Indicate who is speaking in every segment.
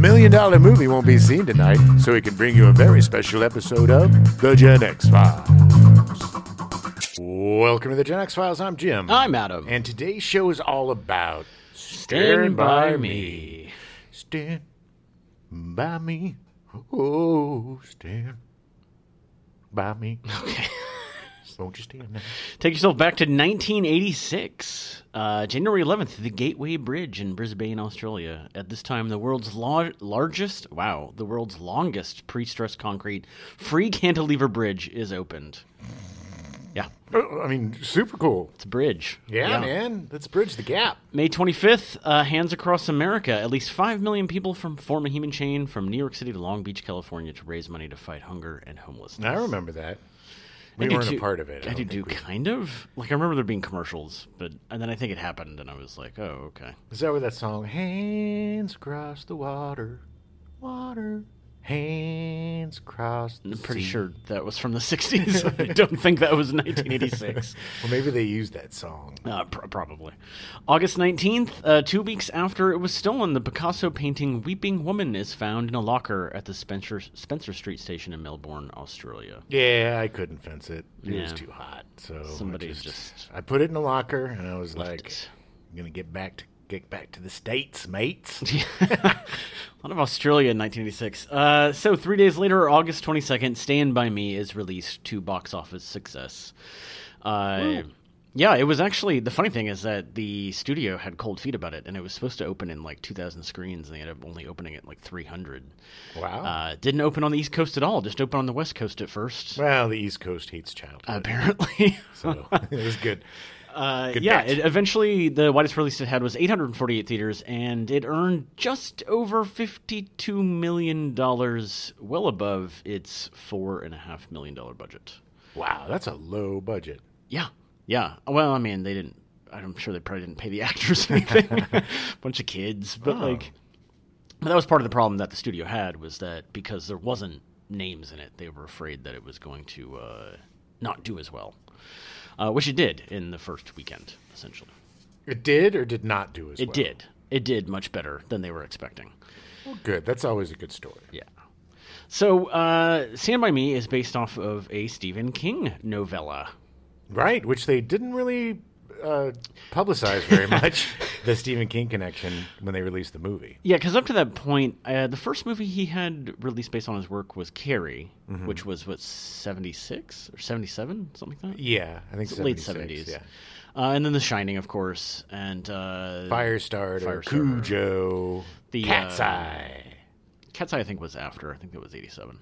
Speaker 1: Million Dollar Movie won't be seen tonight, so we can bring you a very special episode of The Gen X Files. Welcome to The Gen X Files. I'm Jim.
Speaker 2: I'm Adam.
Speaker 1: And today's show is all about
Speaker 2: Stand by me.
Speaker 1: Stand by me. Oh, stand by me.
Speaker 2: Okay.
Speaker 1: Won't you stand now?
Speaker 2: Take yourself back to 1986, uh, January 11th, the Gateway Bridge in Brisbane, Australia. At this time, the world's lar- largest, wow, the world's longest pre-stressed concrete free cantilever bridge is opened. Yeah,
Speaker 1: Oh, I mean, super cool.
Speaker 2: it's a bridge.
Speaker 1: Yeah, man. Let's bridge the gap.
Speaker 2: May 25th, uh, Hands Across America. At least 5 million people from Form a Human Chain from New York City to Long Beach, California to raise money to fight hunger and homelessness.
Speaker 1: I remember that. We
Speaker 2: I do
Speaker 1: weren't
Speaker 2: too-
Speaker 1: a part of it.
Speaker 2: I,
Speaker 1: don't
Speaker 2: do
Speaker 1: think
Speaker 2: do kind of. Like I remember there being commercials, but and then I think it happened, and I was like, oh okay.
Speaker 1: Is that where that song "Hands Across the Water, Water, Hands Across"? The
Speaker 2: I'm pretty
Speaker 1: sea?
Speaker 2: sure that was from the '60s. I don't think that was 1986.
Speaker 1: Well, maybe they used that song.
Speaker 2: Uh, pr- probably. August 19th, uh, two weeks after it was stolen, the Picasso painting Weeping Woman is found in a locker at the Spencer, Spencer Street station in Melbourne, Australia.
Speaker 1: Yeah, I couldn't fence it. It was
Speaker 2: Yeah.
Speaker 1: too hot. So I
Speaker 2: Somebody
Speaker 1: just,
Speaker 2: just
Speaker 1: I put it in a locker, and I was like,
Speaker 2: it.
Speaker 1: "I'm gonna get back to get back to the states, mates."
Speaker 2: A lot of Australia in 1986. Uh, so three days later, August 22nd, "Stand by Me" is released to box office success. Uh, yeah, it was actually the funny thing is that the studio had cold feet about it, and it was supposed to open in like 2,000 screens, and they ended up only opening it like 300.
Speaker 1: wow.
Speaker 2: Uh, it didn't open on the East Coast at all; just opened on the West Coast at first.
Speaker 1: well, the East Coast hates childhood,
Speaker 2: Apparently,
Speaker 1: so it was good.
Speaker 2: Uh,
Speaker 1: Good
Speaker 2: yeah,
Speaker 1: bet.
Speaker 2: it, eventually the widest release it had was 848 theaters, and it earned just over 52 million dollars, well above its four and a half million dollar budget.
Speaker 1: Wow, that's a low budget.
Speaker 2: Yeah, yeah. Well, I mean, they didn't. I'm sure they probably didn't pay the actors anything. Bunch of kids, but
Speaker 1: Oh.
Speaker 2: like, but that was part of the problem that the studio had was that because there wasn't names in it, they were afraid that it was going to uh, not do as well, uh, which it did in the first weekend, essentially.
Speaker 1: It did or did not do as
Speaker 2: It
Speaker 1: well.
Speaker 2: did. It did much better than they were expecting.
Speaker 1: Well, good. That's always a good story.
Speaker 2: Yeah. So, uh, Stand By Me is based off of a Stephen King novella.
Speaker 1: Right, which they didn't really uh, publicize very much the Stephen King connection when they released the movie.
Speaker 2: Yeah, because up to that point, uh, the first movie he had released based on his work was Carrie,
Speaker 1: Mm-hmm.
Speaker 2: which was, what, 76 or 77? Something like that?
Speaker 1: Yeah, I think
Speaker 2: Late
Speaker 1: 76,
Speaker 2: 70s.
Speaker 1: Yeah,
Speaker 2: Uh, and then The Shining, of course. And uh,
Speaker 1: Firestarter,
Speaker 2: Firestarter.
Speaker 1: Cujo,
Speaker 2: The,
Speaker 1: Cat's
Speaker 2: uh,
Speaker 1: Eye.
Speaker 2: Cat's Eye, I think, was after. I think that was 87.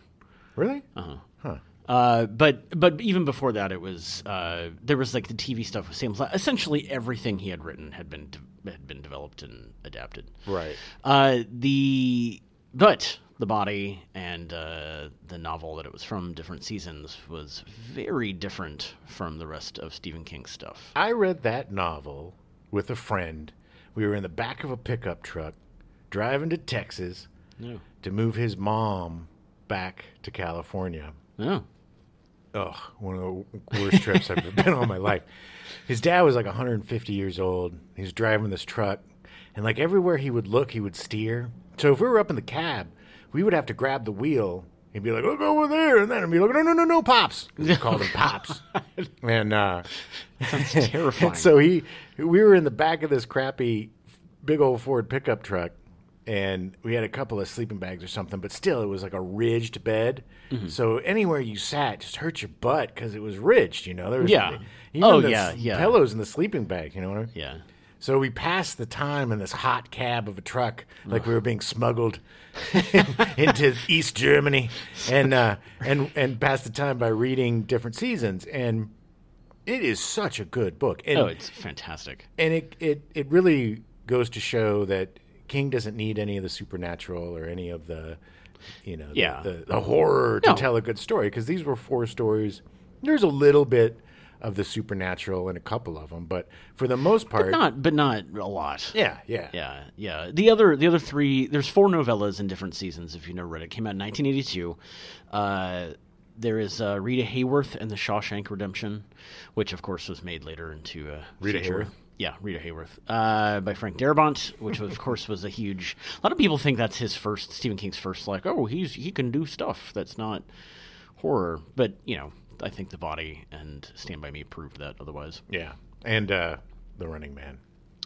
Speaker 1: Really?
Speaker 2: Uh-huh.
Speaker 1: Huh.
Speaker 2: Uh, but but even before that, it was uh, there was like the TV stuff with Sam. Flat. Essentially, everything he had written had been had been developed and adapted.
Speaker 1: Right.
Speaker 2: Uh, the but the body and uh, the novel that it was from, different seasons, was very different from the rest of Stephen King's stuff.
Speaker 1: I read that novel with a friend. We were in the back of a pickup truck driving to Texas
Speaker 2: No,
Speaker 1: to move his mom back to California.
Speaker 2: no,
Speaker 1: Ugh, one of the worst trips I've ever been on in my life. His dad was like 150 years old. He was driving this truck, and like everywhere he would look, he would steer. So if we were up in the cab, we would have to grab the wheel and be like, "Look over there," and then I'd be like, "No, no, no, no, pops." 'Cause We called him pops, and uh,
Speaker 2: sounds terrifying.
Speaker 1: and so he, we were in the back of this crappy, big old Ford pickup truck, and we had a couple of sleeping bags or something. But still, it was like a ridged bed.
Speaker 2: Mm-hmm.
Speaker 1: So anywhere you sat, just hurt your butt because it was ridged. You know, there was
Speaker 2: Yeah.
Speaker 1: Even
Speaker 2: Oh,
Speaker 1: the
Speaker 2: yeah,
Speaker 1: s-
Speaker 2: yeah.
Speaker 1: Pillows in the sleeping bag. You know what I mean?
Speaker 2: yeah.
Speaker 1: So we passed the time in this hot cab of a truck, like we were being smuggled into East Germany, and uh, and and passed the time by reading different seasons. And it is such a good book, and
Speaker 2: Oh, it's fantastic.
Speaker 1: and it, it it really goes to show that King doesn't need any of the supernatural or any of the you know the-
Speaker 2: Yeah.
Speaker 1: the, the horror to
Speaker 2: No.
Speaker 1: tell a good story because these were four stories. There's a little bit of the supernatural in a couple of them, but for the most part.
Speaker 2: Not, but not a lot.
Speaker 1: Yeah, yeah,
Speaker 2: Yeah, yeah. The other the other three there's four novellas in different seasons if you never read it. it came out in 1982. Uh there is uh, Rita Hayworth and The Shawshank Redemption, which of course was made later into a
Speaker 1: Rita
Speaker 2: sequel.
Speaker 1: Hayworth?
Speaker 2: yeah, Rita Hayworth, uh, by Frank Darabont, which of course was a huge. A lot of people think that's his first Stephen King's first, like, oh, he's he can do stuff that's not horror, but you know, I think The Body and Stand by Me proved that otherwise.
Speaker 1: Yeah, and uh, The Running Man.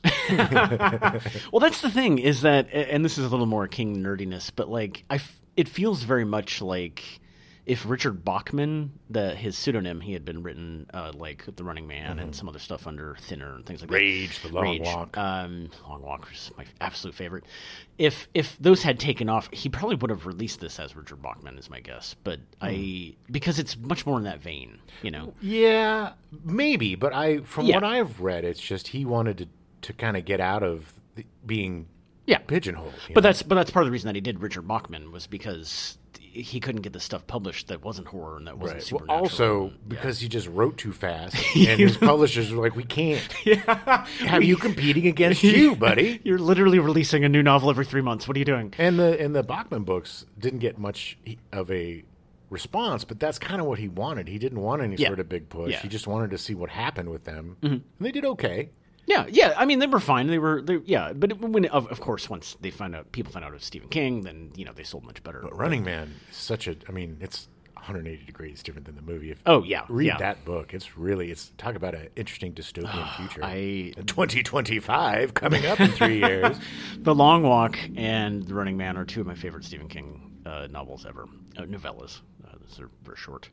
Speaker 2: Well, that's the thing is that, a- and this is a little more King nerdiness, but like I, f- it feels very much like if Richard Bachman, the his pseudonym, he had been written uh, like The Running Man and some other stuff under Thinner and things like
Speaker 1: Mm-hmm. Rage,
Speaker 2: that.
Speaker 1: The Long Walk.
Speaker 2: um, Long Walk is my absolute favorite. If if those had taken off, he probably would have released this as Richard Bachman, is my guess. But I
Speaker 1: Hmm.
Speaker 2: because it's much more in that vein, you know.
Speaker 1: Yeah, maybe, but I from
Speaker 2: Yeah.
Speaker 1: what I've read, it's just he wanted to to kind of get out of the, being
Speaker 2: Yeah,
Speaker 1: pigeonholed. you
Speaker 2: But
Speaker 1: know?
Speaker 2: that's but that's part of the reason that he did Richard Bachman was because he couldn't get the stuff published that wasn't horror and that wasn't
Speaker 1: Right. Well,
Speaker 2: supernatural.
Speaker 1: also because he just wrote too fast, and his publishers were like, "We can't have you competing against you, buddy."
Speaker 2: you're literally releasing a new novel every three months. What are you doing?
Speaker 1: And the and the Bachman books didn't get much of a response, but that's kind of what he wanted. He didn't want any
Speaker 2: Yeah.
Speaker 1: sort of big push.
Speaker 2: Yeah. Mm-hmm.
Speaker 1: He just wanted to see what happened with them, and they did okay.
Speaker 2: Yeah, yeah. I mean, they were fine. They were, they, yeah. But when, of, of course, once they found out, people found out it was Stephen King, then you know they sold much better.
Speaker 1: But Running Man is such a. I mean, it's 180 degrees different than the movie. If
Speaker 2: Oh, yeah,
Speaker 1: read
Speaker 2: yeah.
Speaker 1: that book. It's really it's talk about an interesting dystopian future.
Speaker 2: I
Speaker 1: 2025 coming up in three years.
Speaker 2: The Long Walk and The Running Man are two of my favorite Stephen King uh, novels ever, uh, novellas. Uh, those are very short.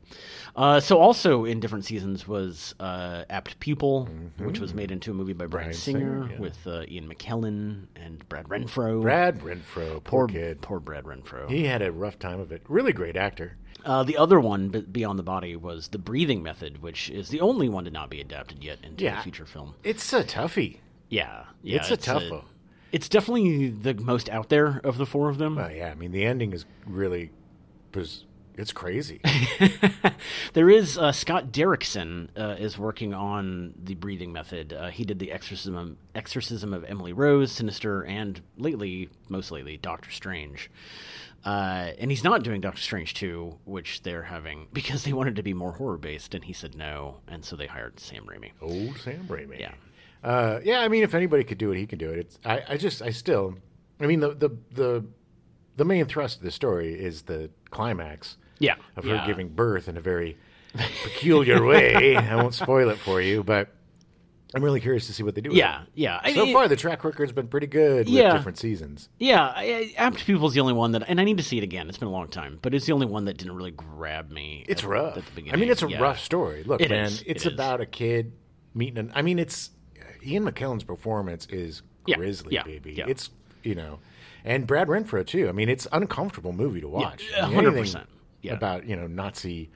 Speaker 2: Uh, so, also in different seasons was uh, Apt Pupil, which was made into a movie by Brian,
Speaker 1: Bryan
Speaker 2: Singer,
Speaker 1: Mm-hmm. Singer, yeah.
Speaker 2: with uh, Ian McKellen and Brad Renfro.
Speaker 1: Brad Renfro, poor
Speaker 2: poor
Speaker 1: kid.
Speaker 2: Poor Brad Renfro.
Speaker 1: He had a rough time of it. Really great actor.
Speaker 2: Uh, the other one, but Beyond the Body, was The Breathing Method, which is the only one to not be adapted yet into
Speaker 1: Yeah.
Speaker 2: a feature film.
Speaker 1: It's a toughie.
Speaker 2: Yeah, yeah
Speaker 1: It's a tough one.
Speaker 2: It's definitely the most out there of the four of them.
Speaker 1: Oh yeah, I mean the ending is really, was it's crazy.
Speaker 2: there is uh, Scott Derrickson uh, is working on the breathing method. Uh, he did the exorcism exorcism of Emily Rose, Sinister, and lately, most lately, Doctor Strange. Uh, and he's not doing Doctor Strange 2, which they're having because they wanted to be more horror based, and he said no, and so they hired Sam Raimi.
Speaker 1: Old Sam Raimi.
Speaker 2: Yeah.
Speaker 1: Uh, yeah, I mean, if anybody could do it, he can do it. It's I, I just I still, I mean the the the the main thrust of the story is the climax
Speaker 2: Yeah,
Speaker 1: of
Speaker 2: yeah.
Speaker 1: her giving birth in a very peculiar way. I won't spoil it for you, but I'm really curious to see what they do. with
Speaker 2: Yeah, yeah. I
Speaker 1: it. So
Speaker 2: mean,
Speaker 1: far, the track record's been pretty good
Speaker 2: Yeah.
Speaker 1: with different seasons.
Speaker 2: Yeah, I, I, Apt Pupil's the only one that, and I need to see it again. It's been a long time, but it's the only one that didn't really grab me.
Speaker 1: It's
Speaker 2: at-
Speaker 1: rough.
Speaker 2: At the beginning.
Speaker 1: I mean, it's a
Speaker 2: Yeah.
Speaker 1: rough story. Look,
Speaker 2: It
Speaker 1: man,
Speaker 2: is. It
Speaker 1: it's
Speaker 2: is.
Speaker 1: about a kid meeting an. I mean, it's Ian McKellen's performance is
Speaker 2: Yeah.
Speaker 1: grisly,
Speaker 2: Yeah.
Speaker 1: baby.
Speaker 2: Yeah.
Speaker 1: It's you know, and Brad Renfro too. I mean, it's an uncomfortable movie to watch.
Speaker 2: Yeah,
Speaker 1: I mean, anything
Speaker 2: 100%. Yeah.
Speaker 1: about you know Nazi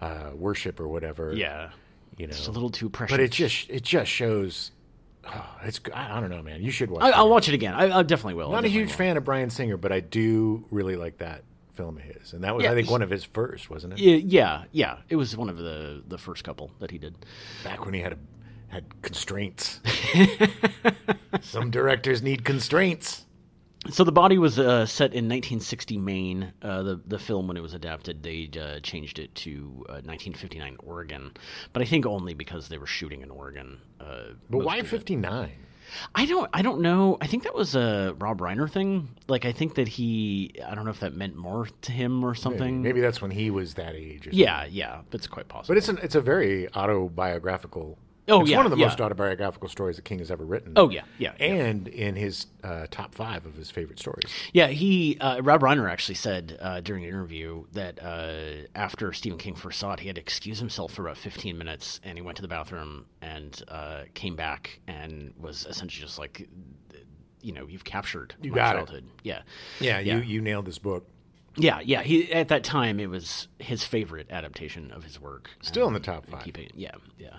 Speaker 1: uh, worship or whatever.
Speaker 2: Yeah.
Speaker 1: you know,
Speaker 2: It's a little too precious.
Speaker 1: but it just it just shows. Oh, it's I I don't know, man. You should watch.
Speaker 2: I,
Speaker 1: it.
Speaker 2: I'll watch it again. I, I definitely will.
Speaker 1: I'm not a huge fan of Brian Singer, but I do really like that film of his, and that was
Speaker 2: Yeah,
Speaker 1: I think
Speaker 2: he-
Speaker 1: one of his first, wasn't it?
Speaker 2: Yeah, yeah, yeah. It was one of the the first couple that he did.
Speaker 1: back when he had a, had constraints. Some directors need constraints.
Speaker 2: So the body was uh, set in 1960 Maine. Uh, the the film when it was adapted, they uh, changed it to uh, 1959 Oregon, but I think only because they were shooting in Oregon. Uh,
Speaker 1: But why 59?
Speaker 2: I don't I don't know. I think that was a Rob Reiner thing. Like I think that he I don't know if that meant more to him or something.
Speaker 1: Maybe that's when he was that age. Or something.
Speaker 2: Yeah, yeah. That's quite possible.
Speaker 1: But it's an, it's a very autobiographical.
Speaker 2: Oh,
Speaker 1: it's
Speaker 2: yeah,
Speaker 1: one of the
Speaker 2: yeah.
Speaker 1: most autobiographical stories that King has ever written.
Speaker 2: oh yeah, yeah. yeah.
Speaker 1: And in his uh, top five of his favorite stories.
Speaker 2: Yeah, he uh, Rob Reiner actually said uh, during an interview that uh, after Stephen King first saw it, he had to excuse himself for about 15 minutes, and he went to the bathroom and uh, came back and was essentially just like, you know, you've captured you my
Speaker 1: got it.
Speaker 2: childhood. Yeah,
Speaker 1: Yeah,
Speaker 2: Yeah.
Speaker 1: You, you nailed this book.
Speaker 2: yeah, yeah. He at that time it was his favorite adaptation of his work.
Speaker 1: Still in the top five.
Speaker 2: Keep it- yeah, yeah.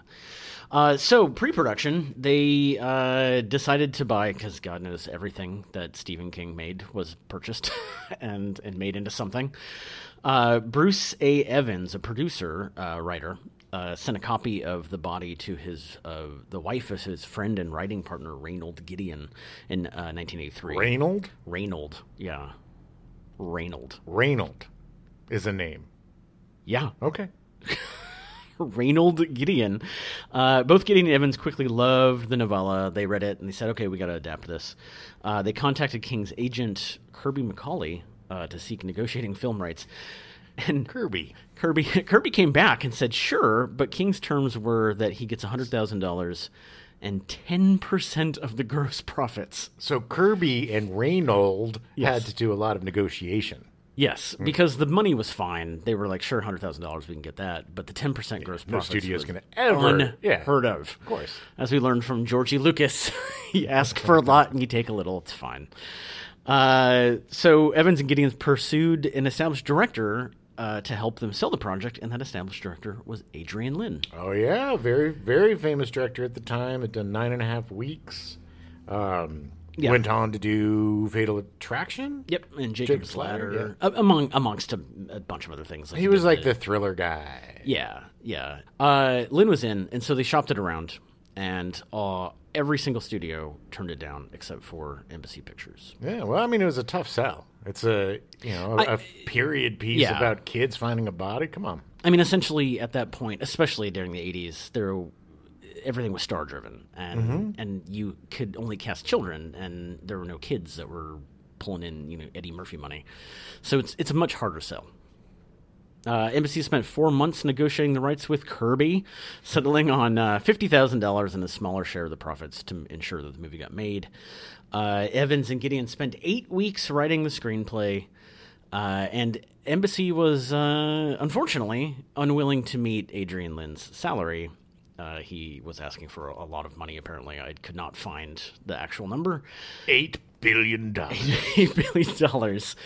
Speaker 2: Uh, so pre-production, they uh, decided to buy because God knows everything that Stephen King made was purchased and and made into something. Uh, Bruce A. Evans, a producer uh, writer, uh, sent a copy of the body to his uh, the wife of his friend and writing partner Reynold Gideon in uh, 1983.
Speaker 1: Reynold?
Speaker 2: Reynold, yeah, Reynold,
Speaker 1: Reynold is a name.
Speaker 2: yeah.
Speaker 1: Okay.
Speaker 2: Reynold Gideon. Uh, both Gideon and Evans quickly loved the novella. They read it and they said, okay, we got to adapt this. Uh, they contacted King's agent, Kirby McCauley, uh, to seek negotiating film rights. And
Speaker 1: Kirby.
Speaker 2: Kirby Kirby came back and said, "Sure," but King's terms were that he gets hundred thousand dollars and ten percent of the gross profits.
Speaker 1: So Kirby and Reynold
Speaker 2: Yes.
Speaker 1: had to do a lot of negotiation.
Speaker 2: Yes, because the money was fine. They were like, "Sure, hundred thousand dollars, we can get that," but the ten percent gross
Speaker 1: No
Speaker 2: profits
Speaker 1: studio's
Speaker 2: was
Speaker 1: going to ever. Yeah,
Speaker 2: unheard of.
Speaker 1: of course.
Speaker 2: As we learned from Georgie Lucas, you ask for a lot and you take a little. It's fine. Uh, so Evans and Gideon pursued an established director uh, to help them sell the project, and that established director was Adrian Lynn.
Speaker 1: Oh yeah, very very famous director at the time. Had done nine and a half weeks. Um,
Speaker 2: Yeah.
Speaker 1: Went on to do Fatal Attraction.
Speaker 2: Yep, and Jacob's,
Speaker 1: Jacob's
Speaker 2: Ladder,
Speaker 1: Ladder,
Speaker 2: a- among amongst a, a bunch of other things.
Speaker 1: He was uh, like the thriller guy.
Speaker 2: Yeah, yeah. Uh, Lynn was in, and so they shopped it around, and uh, every single studio turned it down except for Embassy Pictures.
Speaker 1: Yeah, well, I mean, it was a tough sell. It's a you know a,
Speaker 2: I-
Speaker 1: a period piece
Speaker 2: Yeah.
Speaker 1: about kids finding a body. Come on,
Speaker 2: I mean, essentially at that point, especially during the '80s, there everything was star driven, and and you could only cast children, and there were no kids that were pulling in you know Eddie Murphy money, so it's it's a much harder sell. Uh, Embassy spent four months negotiating the rights with Kirby, settling on uh, fifty thousand dollars and a smaller share of the profits to m- ensure that the movie got made. Uh, Evans and Gideon spent eight weeks writing the screenplay, uh, and Embassy was uh, unfortunately unwilling to meet Adrian Lynn's salary. Uh, he was asking for a a lot of money. Apparently, I could not find the actual number.
Speaker 1: eight billion dollars.
Speaker 2: $8 billion dollars.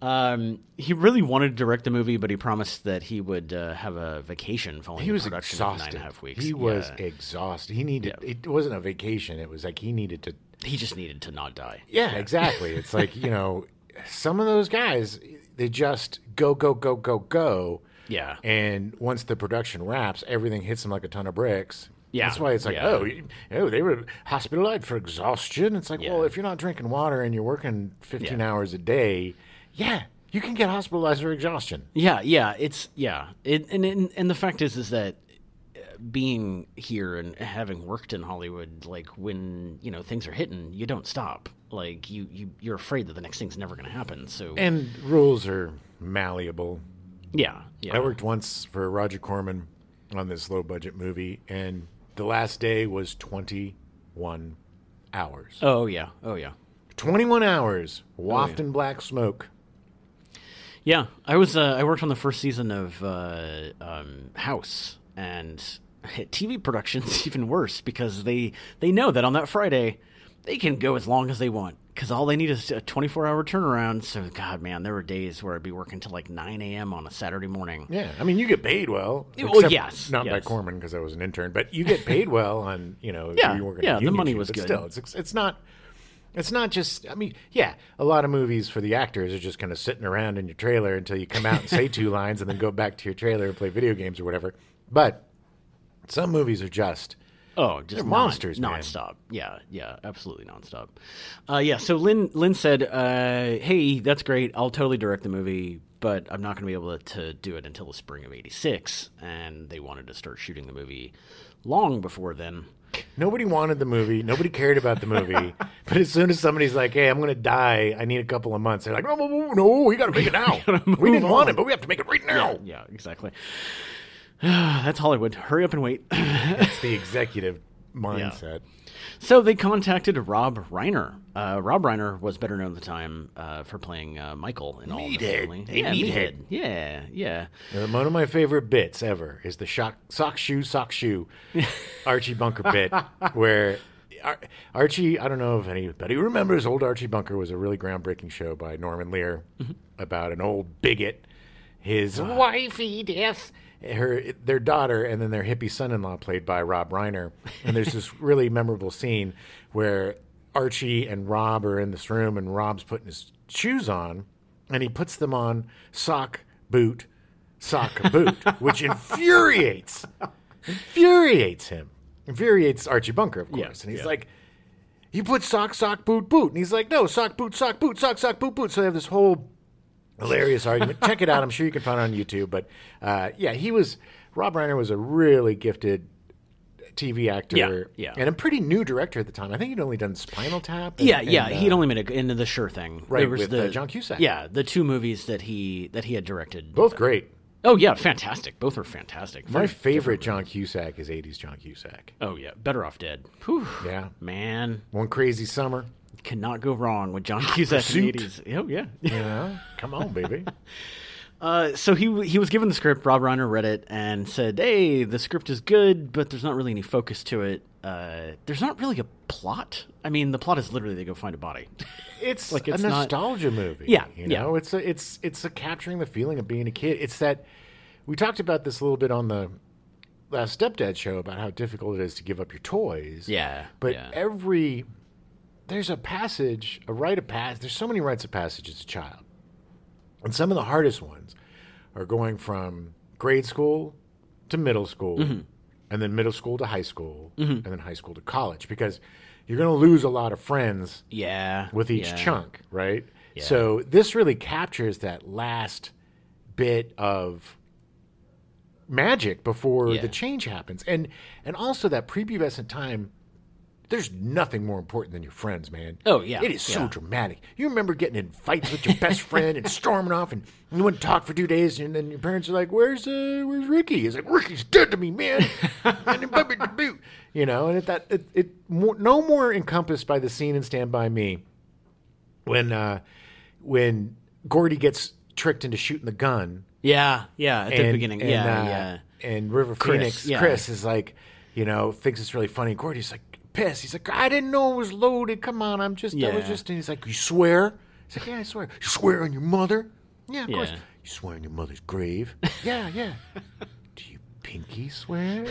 Speaker 2: Um, he really wanted to direct the movie, but he promised that he would uh, have a vacation following
Speaker 1: He
Speaker 2: the
Speaker 1: was
Speaker 2: production
Speaker 1: exhausted.
Speaker 2: for nine and a half weeks.
Speaker 1: He was
Speaker 2: Yeah.
Speaker 1: exhausted. He needed. It wasn't a vacation. It was like he needed to.
Speaker 2: He just needed to not die.
Speaker 1: Yeah, exactly. It's like you know, some of those guys, they just go go go go go.
Speaker 2: Yeah.
Speaker 1: And once the production wraps, everything hits them like a ton of bricks.
Speaker 2: Yeah.
Speaker 1: That's why it's like,
Speaker 2: Yeah.
Speaker 1: oh, you- oh, they were hospitalized for exhaustion. It's like, well, if you're not drinking water and you're working 15
Speaker 2: Yeah.
Speaker 1: hours a day, yeah, you can get hospitalized for exhaustion.
Speaker 2: Yeah, yeah, it's yeah. It, and, and and the fact is is that uh, being here and having worked in Hollywood, like when you know things are hitting, you don't stop. Like you you you're afraid that the next thing's never going to happen. So
Speaker 1: And rules are malleable.
Speaker 2: yeah, yeah.
Speaker 1: I worked once for Roger Corman on this low budget movie, and the last day was 21 hours.
Speaker 2: oh yeah, oh yeah.
Speaker 1: 21 hours wafting black smoke.
Speaker 2: Yeah, I was. Uh, I worked on the first season of uh, um, House, and TV production's even worse because they they know that on that Friday they can go as long as they want because all they need is a 24 hour turnaround. So God, man, there were days where I'd be working till like 9 a.m. on a Saturday morning.
Speaker 1: Yeah, I mean, you get paid well.
Speaker 2: Well,
Speaker 1: except
Speaker 2: yes,
Speaker 1: not by
Speaker 2: yes.
Speaker 1: Corman because I was an intern, but you get paid well on you know.
Speaker 2: Yeah,
Speaker 1: you work in
Speaker 2: yeah,
Speaker 1: a
Speaker 2: the
Speaker 1: union
Speaker 2: money
Speaker 1: shoot,
Speaker 2: was
Speaker 1: but
Speaker 2: good.
Speaker 1: Still, it's it's not. It's not just. I mean, yeah, a lot of movies for the actors are just kind of sitting around in your trailer until you come out and say two lines, and then go back to your trailer and play video games or whatever. But some movies are just.
Speaker 2: Oh, just
Speaker 1: They're
Speaker 2: non-
Speaker 1: monsters, man.
Speaker 2: nonstop. Yeah, yeah, absolutely nonstop. Uh, yeah. So Lynn, Lynn said, uh, "Hey, that's great. I'll totally direct the movie, but I'm not going to be able to, to do it until the spring of '86." And they wanted to start shooting the movie long before then.
Speaker 1: Nobody wanted the movie. Nobody cared about the movie. but as soon as somebody's like, "Hey, I'm going to die. I need a couple of months," they're like, "Oh, "No, no, no, no we got to make it now. we didn't want it, but we have to make it right now."
Speaker 2: Yeah, exactly. that's Hollywood. Hurry up and wait.
Speaker 1: It's the executive mindset.
Speaker 2: So they contacted Rob Reiner. Uh, Rob Reiner was better known at the time uh, for playing uh, Michael in All in the
Speaker 1: Meathead.
Speaker 2: Family.
Speaker 1: Hey,
Speaker 2: yeah,
Speaker 1: Meathead.
Speaker 2: Yeah, yeah.
Speaker 1: And Uh, one of my favorite bits ever is the shock, sock shoe, sock shoe Archie Bunker bit, where Ar- Archie, I don't know if anybody remembers, old Archie Bunker was a really groundbreaking show by Norman Lear about an old bigot, his wifey death. Her, their daughter, and then their hippie son-in-law, played by Rob Reiner, and there's this really memorable scene where Archie and Rob are in this room, and Rob's putting his shoes on, and he puts them on sock, boot, sock boot, which infuriates, infuriates him, infuriates Archie Bunker, of course.
Speaker 2: Yeah,
Speaker 1: and he's
Speaker 2: yeah.
Speaker 1: like, "You put sock, sock, boot, boot," and he's like, "No, sock, boot, sock, boot, sock, sock, boot, boot." So they have this whole hilarious argument. Check it out. I'm sure you can find it on YouTube. But uh, yeah, he was Rob Reiner was a really gifted TV actor.
Speaker 2: Yeah, yeah.
Speaker 1: And a pretty new director at the time. I think he'd only done Spinal Tap. and-
Speaker 2: Yeah, yeah.
Speaker 1: and,
Speaker 2: he'd
Speaker 1: uh,
Speaker 2: only made a, into the Sure Thing.
Speaker 1: Right,
Speaker 2: There was
Speaker 1: with,
Speaker 2: the
Speaker 1: uh, John Cusack.
Speaker 2: Yeah, the two movies that he that he had directed.
Speaker 1: both great.
Speaker 2: Oh yeah, fantastic. Both are fantastic.
Speaker 1: My
Speaker 2: Very-
Speaker 1: favorite John Cusack is '80s John Cusack.
Speaker 2: Oh yeah, Better Off Dead. Whew.
Speaker 1: Yeah,
Speaker 2: Man,
Speaker 1: One Crazy Summer.
Speaker 2: cannot go wrong with John Cusack in the
Speaker 1: Pursuit.
Speaker 2: eighties. Oh yeah.
Speaker 1: Yeah, come on, baby.
Speaker 2: Uh, so he he was given the script. Rob Reiner read it and said, "Hey, the script is good, but there's not really any focus to it. Uh, there's not really a plot. I mean, the plot is literally they go find a body.
Speaker 1: It's
Speaker 2: Like,
Speaker 1: like
Speaker 2: it's
Speaker 1: a
Speaker 2: not-
Speaker 1: nostalgia movie.
Speaker 2: Yeah,
Speaker 1: you
Speaker 2: yeah.
Speaker 1: know, it's a, it's it's a capturing the feeling of being a kid. It's that we talked about this a little bit on the last Stepdad show about how difficult it is to give up your toys.
Speaker 2: yeah,
Speaker 1: But
Speaker 2: yeah.
Speaker 1: every there's a passage, a rite of passage. There's so many rites of passage as a child, and some of the hardest ones are going from grade school to middle school,
Speaker 2: Mm-hmm.
Speaker 1: and then middle school to high school, and then high school to college because you're going to lose a lot of friends
Speaker 2: yeah,
Speaker 1: with each
Speaker 2: yeah.
Speaker 1: chunk, right? So this really captures that last bit of magic before
Speaker 2: Yeah.
Speaker 1: the change happens. And and also that prepubescent time there's nothing more important than your friends, man.
Speaker 2: Oh, yeah,
Speaker 1: It is so
Speaker 2: yeah.
Speaker 1: dramatic. You remember getting in fights with your best friend and storming off and you wouldn't talk for two days and then your parents are like, Where's uh where's Ricky? It's like Ricky's dead to me, man. and then bubba da boo. you know, and it, that it, it more, no more encompassed by the scene in Stand By Me when uh when Gordy gets tricked into shooting the gun
Speaker 2: Yeah, yeah. At the beginning,
Speaker 1: and,
Speaker 2: yeah,
Speaker 1: uh,
Speaker 2: yeah.
Speaker 1: And River
Speaker 2: Chris,
Speaker 1: Phoenix,
Speaker 2: yeah.
Speaker 1: Chris is like, you know, thinks it's really funny. Gordy's like, pissed. He's like, I didn't know it was loaded. Come on, I'm just, I was
Speaker 2: Yeah.
Speaker 1: just. And he's like, you swear? He's like, yeah, I swear. You swear on your mother? Yeah, of course.
Speaker 2: Yeah.
Speaker 1: You swear on your mother's grave? yeah, yeah. Do you pinky swear?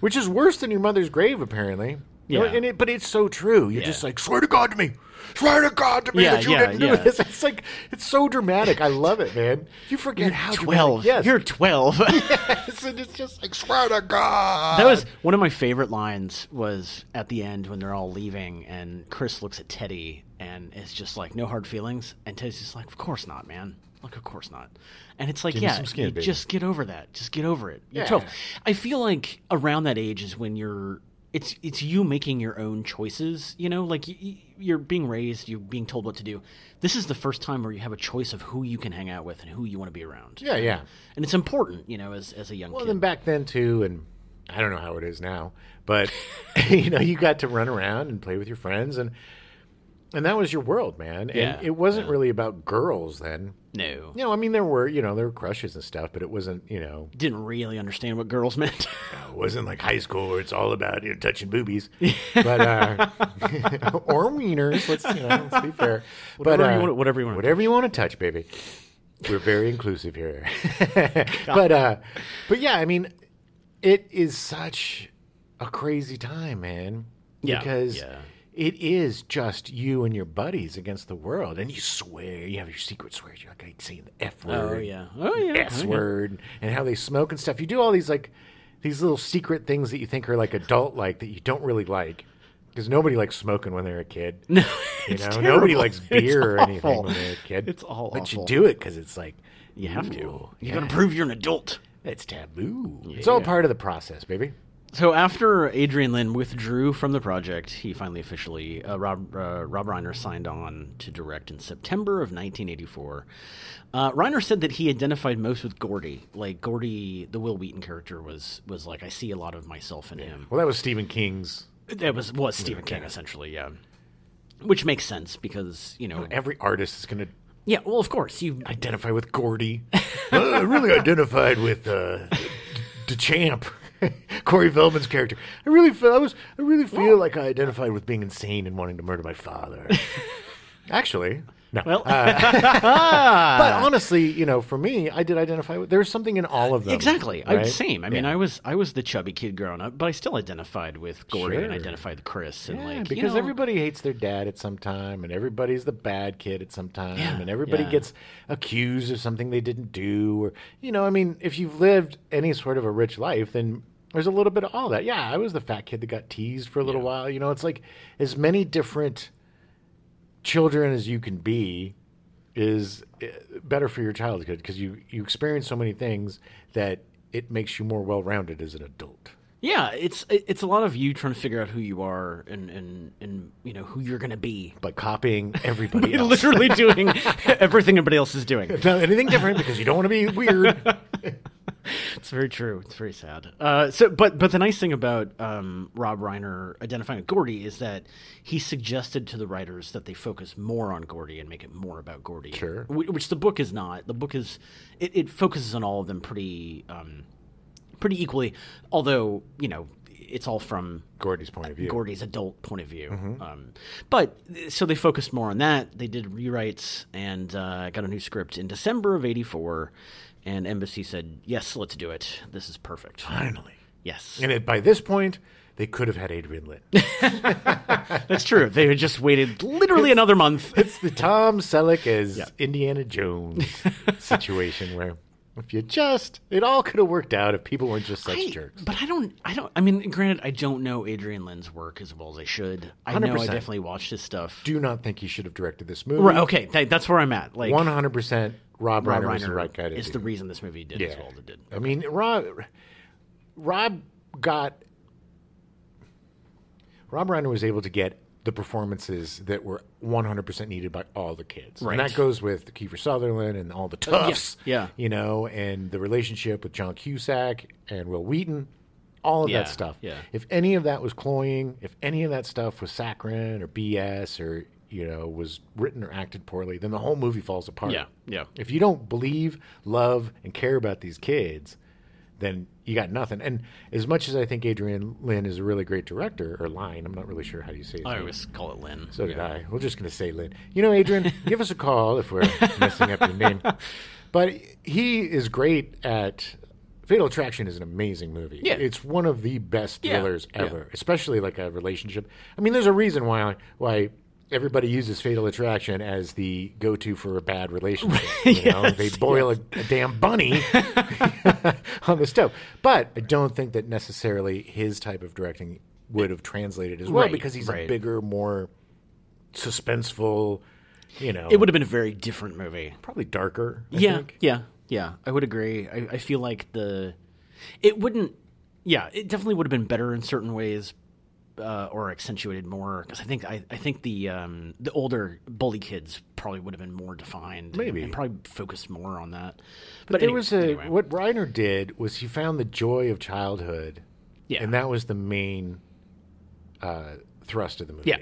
Speaker 1: Which is worse than your mother's grave, apparently. You know,
Speaker 2: Yeah.
Speaker 1: and it, but it's so true. You're
Speaker 2: Yeah.
Speaker 1: just like, swear to God to me, swear to God to me
Speaker 2: Yeah,
Speaker 1: that you
Speaker 2: yeah,
Speaker 1: didn't do
Speaker 2: yeah.
Speaker 1: this. It's like it's so dramatic. I love it, man. You forget how dramatic-
Speaker 2: Twelve.
Speaker 1: Yes,
Speaker 2: You're twelve.
Speaker 1: yes, and it's just like swear to God.
Speaker 2: That was one of my favorite lines was at the end when they're all leaving and Chris looks at Teddy and it's just like no hard feelings and Teddy's just like of course not man like of course not and it's like
Speaker 1: me
Speaker 2: yeah
Speaker 1: some skin,
Speaker 2: you
Speaker 1: baby.
Speaker 2: just get over that just get over it you're
Speaker 1: Yeah.
Speaker 2: tough I feel like around that age is when you're it's it's you making your own choices you know like y- y- you're being raised you're being told what to do this is the first time where you have a choice of who you can hang out with and who you want to be around
Speaker 1: yeah, yeah.
Speaker 2: and it's important you know as as a young
Speaker 1: Well,
Speaker 2: kid
Speaker 1: then back then too, and I don't know how it is now, but you know, you got to run around and play with your friends, and and that was your world, man. And
Speaker 2: Yeah,
Speaker 1: it wasn't really about girls then.
Speaker 2: no
Speaker 1: You know, I mean, there were you know there were crushes and stuff, but it wasn't you know
Speaker 2: didn't really understand what girls meant.
Speaker 1: it uh, wasn't like high school where it's all about you know, touching boobies, but uh, or wieners. Let's you know, let's be fair.
Speaker 2: Whatever
Speaker 1: but, uh,
Speaker 2: you wanna- whatever you wanna
Speaker 1: whatever you want to touch, baby. We're very inclusive here, but uh, but yeah, I mean, it is such a crazy time, man.
Speaker 2: Yeah,
Speaker 1: because
Speaker 2: yeah.
Speaker 1: it is just you and your buddies against the world, and you swear you have your secret swears. You're not going to say the f word.
Speaker 2: oh yeah, oh yeah,
Speaker 1: S
Speaker 2: oh, yeah.
Speaker 1: word and how they smoke and stuff. You do all these like these little secret things that you think are like adult like that you don't really like because nobody likes smoking when they're a kid.
Speaker 2: No,
Speaker 1: You
Speaker 2: it's
Speaker 1: know,
Speaker 2: terrible.
Speaker 1: nobody likes
Speaker 2: It's
Speaker 1: beer or anything
Speaker 2: awful.
Speaker 1: when they're a kid.
Speaker 2: It's all
Speaker 1: but
Speaker 2: awful.
Speaker 1: you do it because it's like
Speaker 2: You have to.
Speaker 1: ooh,
Speaker 2: You gotta prove you're an adult.
Speaker 1: it's taboo. It's all part of the process, baby.
Speaker 2: So after Adrian Lynn withdrew from the project, he finally officially uh, Rob uh, Rob Reiner signed on to direct in September of 1984. Uh, Reiner said that he identified most with Gordy. Like Gordy, the Will Wheaton character was was like I see a lot of myself in him.
Speaker 1: Well, that was Stephen King's.
Speaker 2: That was was Stephen King essentially, yeah. Which makes sense because you know,
Speaker 1: Every artist is going to
Speaker 2: yeah. Well, of course you
Speaker 1: identify with Gordy. Uh, I really identified with uh, the champ, Corey Feldman's character. I really feel I was. I really feel like I identified with being insane and wanting to murder my father. Actually, no.
Speaker 2: Well, uh,
Speaker 1: but honestly, you know, for me, I did identify with. There's something in all of them.
Speaker 2: exactly. I
Speaker 1: right?
Speaker 2: same. I mean,
Speaker 1: Yeah.
Speaker 2: I was I was the chubby kid growing up, but I still identified with Gordy and
Speaker 1: Sure.
Speaker 2: identified with Chris and
Speaker 1: Yeah,
Speaker 2: like you
Speaker 1: because
Speaker 2: know-
Speaker 1: everybody hates their dad at some time, and everybody's the bad kid at some time,
Speaker 2: Yeah,
Speaker 1: and everybody
Speaker 2: yeah.
Speaker 1: gets accused of something they didn't do, or you know, I mean, if you've lived any sort of a rich life, then there's a little bit of all that. Yeah, I was the fat kid that got teased for a little while. You know, it's like as many different children as you can be is eh, better for your childhood because you you experience so many things that it makes you more well rounded as an adult.
Speaker 2: Yeah, it's it- it's a lot of you trying to figure out who you are and and and you know who you're gonna be.
Speaker 1: By copying everybody else.
Speaker 2: Literally doing everything everybody else is doing.
Speaker 1: Not anything different because you don't want to be weird.
Speaker 2: It's very true. It's very sad. Uh, so, but but the nice thing about um, Rob Reiner identifying Gordy is that he suggested to the writers that they focus more on Gordy and make it more about Gordy.
Speaker 1: Sure.
Speaker 2: Wh- Which the book is not. The book is it, it focuses on all of them pretty um, pretty equally. Although you know it's all from
Speaker 1: Gordy's point of view.
Speaker 2: Gordy's adult point of view.
Speaker 1: Mm-hmm.
Speaker 2: Um, but so they focused more on that. They did rewrites and uh, got a new script in December of '84. And Embassy said, "Yes, let's do it. This is perfect.
Speaker 1: Finally.
Speaker 2: Yes,
Speaker 1: And it, by this point, they could have had Adrian Lynn.
Speaker 2: that's true. They had just waited literally another month.
Speaker 1: It's the Tom Selleck as Indiana Jones situation where if you just, it all could have worked out if people weren't just such
Speaker 2: I-
Speaker 1: jerks.
Speaker 2: But I don't. I don't. I mean, granted, I don't know Adrian Lynn's work as well as I should. I know I
Speaker 1: 100%.
Speaker 2: definitely watched his stuff.
Speaker 1: Do not think he should have directed this movie.
Speaker 2: right, okay, th- that's where I'm at. Like,
Speaker 1: One hundred percent. Rob
Speaker 2: Rob
Speaker 1: Reiner, was the
Speaker 2: Reiner
Speaker 1: right guy to
Speaker 2: is
Speaker 1: do
Speaker 2: the
Speaker 1: it.
Speaker 2: reason this movie did as
Speaker 1: Yeah.
Speaker 2: well as it did.
Speaker 1: I mean, Rob. Rob got. Rob Reiner was able to get the performances that were one hundred percent needed by all the kids,
Speaker 2: Right. Uh,
Speaker 1: and that goes with Kiefer Sutherland and all the toughs,
Speaker 2: yeah.
Speaker 1: you know, and the relationship with John Cusack and Will Wheaton. All of
Speaker 2: Yeah,
Speaker 1: that stuff.
Speaker 2: yeah.
Speaker 1: If any of that was cloying, if any of that stuff was saccharine or BS or, you know, was written or acted poorly, then the whole movie falls apart.
Speaker 2: Yeah, yeah.
Speaker 1: If you don't believe, love, and care about these kids, then you got nothing. And as much as I think Adrian Lynn is a really great director, or Line, I'm not really sure how you say it.
Speaker 2: I always call it Lynn.
Speaker 1: so did I. We're just going to say Lynn. You know, Adrian, give us a call if we're messing up your name. But he is great at. Fatal Attraction is an amazing movie.
Speaker 2: Yeah.
Speaker 1: It's one of the best
Speaker 2: Yeah,
Speaker 1: thrillers
Speaker 2: yeah.
Speaker 1: ever, especially like a relationship. I mean, there's a reason why why everybody uses Fatal Attraction as the go to for a bad relationship. You know, they boil a, a damn bunny on the stove. But I don't think that necessarily his type of directing would have translated as well
Speaker 2: Right,
Speaker 1: because he's
Speaker 2: right.
Speaker 1: a bigger, more suspenseful, you know,
Speaker 2: It would have been a very different movie.
Speaker 1: probably darker. I
Speaker 2: yeah,
Speaker 1: think.
Speaker 2: yeah, yeah. I would agree. I, I feel like the it wouldn't. Yeah, it definitely would have been better in certain ways, uh, or accentuated more. Because I think I, I think the um, the older bully kids probably would have been more defined. and-
Speaker 1: Maybe.
Speaker 2: and, probably focused more on that.
Speaker 1: But
Speaker 2: anyway-
Speaker 1: it was a
Speaker 2: anyway.
Speaker 1: what Reiner did was he found the joy of childhood,
Speaker 2: Yeah.
Speaker 1: and that was the main uh, thrust of the movie.
Speaker 2: yeah,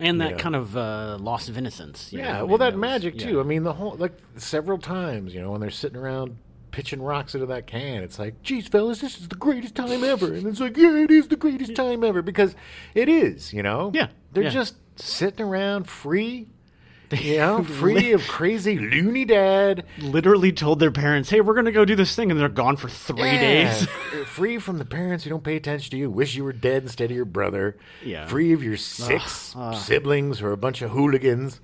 Speaker 2: and that
Speaker 1: Yeah.
Speaker 2: kind of uh, loss of innocence. you know,
Speaker 1: Yeah,
Speaker 2: I
Speaker 1: well,
Speaker 2: mean,
Speaker 1: that,
Speaker 2: was-
Speaker 1: magic
Speaker 2: yeah.
Speaker 1: too. I mean, the whole like several times, you know, when they're sitting around pitching rocks into that can, it's like, "Geez, fellas, this is the greatest time ever," and it's like, "Yeah, it is the greatest time ever," because it is, you know.
Speaker 2: Yeah,
Speaker 1: they're
Speaker 2: yeah.
Speaker 1: just sitting around free, you know, free of crazy loony dad.
Speaker 2: Literally told their parents, "Hey, we're gonna go do this thing," and they're gone for three
Speaker 1: Yeah.
Speaker 2: days.
Speaker 1: free from the parents who don't pay attention to you, wish you were dead instead of your brother.
Speaker 2: Yeah.
Speaker 1: Free of your six siblings who are a bunch of hooligans.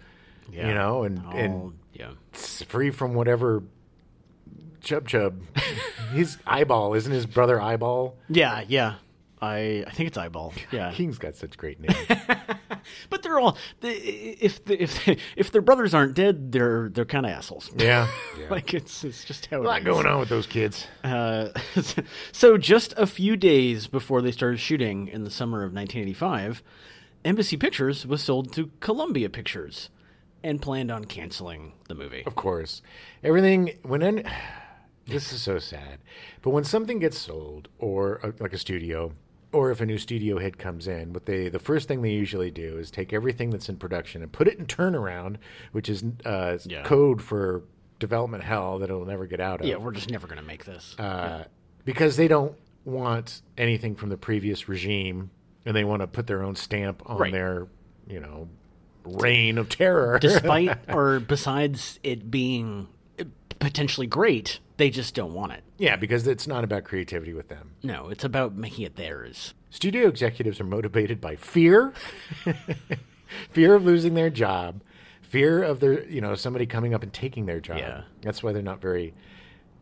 Speaker 2: Yeah.
Speaker 1: You know, and,
Speaker 2: Oh,
Speaker 1: and
Speaker 2: yeah.
Speaker 1: s- free from whatever Chub Chub. his eyeball, isn't his brother eyeball?
Speaker 2: Yeah, yeah. I I think it's eyeball. Yeah,
Speaker 1: King's got such great names.
Speaker 2: but they're all they, if the, if if their brothers aren't dead, they're they're kind of assholes.
Speaker 1: yeah. yeah.
Speaker 2: like it's it's just how
Speaker 1: a lot going on with those kids.
Speaker 2: Uh, so just a few days before they started shooting in the summer of 1985, Embassy Pictures was sold to Columbia Pictures, and planned on canceling the movie.
Speaker 1: Of course. Everything, when an, this is so sad, but when something gets sold or uh, like a studio, or if a new studio head comes in, what they the first thing they usually do is take everything that's in production and put it in turnaround, which is uh,
Speaker 2: Yeah.
Speaker 1: code for development hell that it'll never get out of
Speaker 2: Yeah, we're just never gonna make this.
Speaker 1: uh, because they don't want anything from the previous regime and they want to put their own stamp on
Speaker 2: Right.
Speaker 1: their, you know, reign of terror.
Speaker 2: Despite or besides it being potentially great, they just don't want it.
Speaker 1: yeah, because it's not about creativity with them.
Speaker 2: No, it's about making it theirs.
Speaker 1: Studio executives are motivated by fear, fear of losing their job, fear of their, you know, somebody coming up and taking their job.
Speaker 2: Yeah.
Speaker 1: That's why they're not very.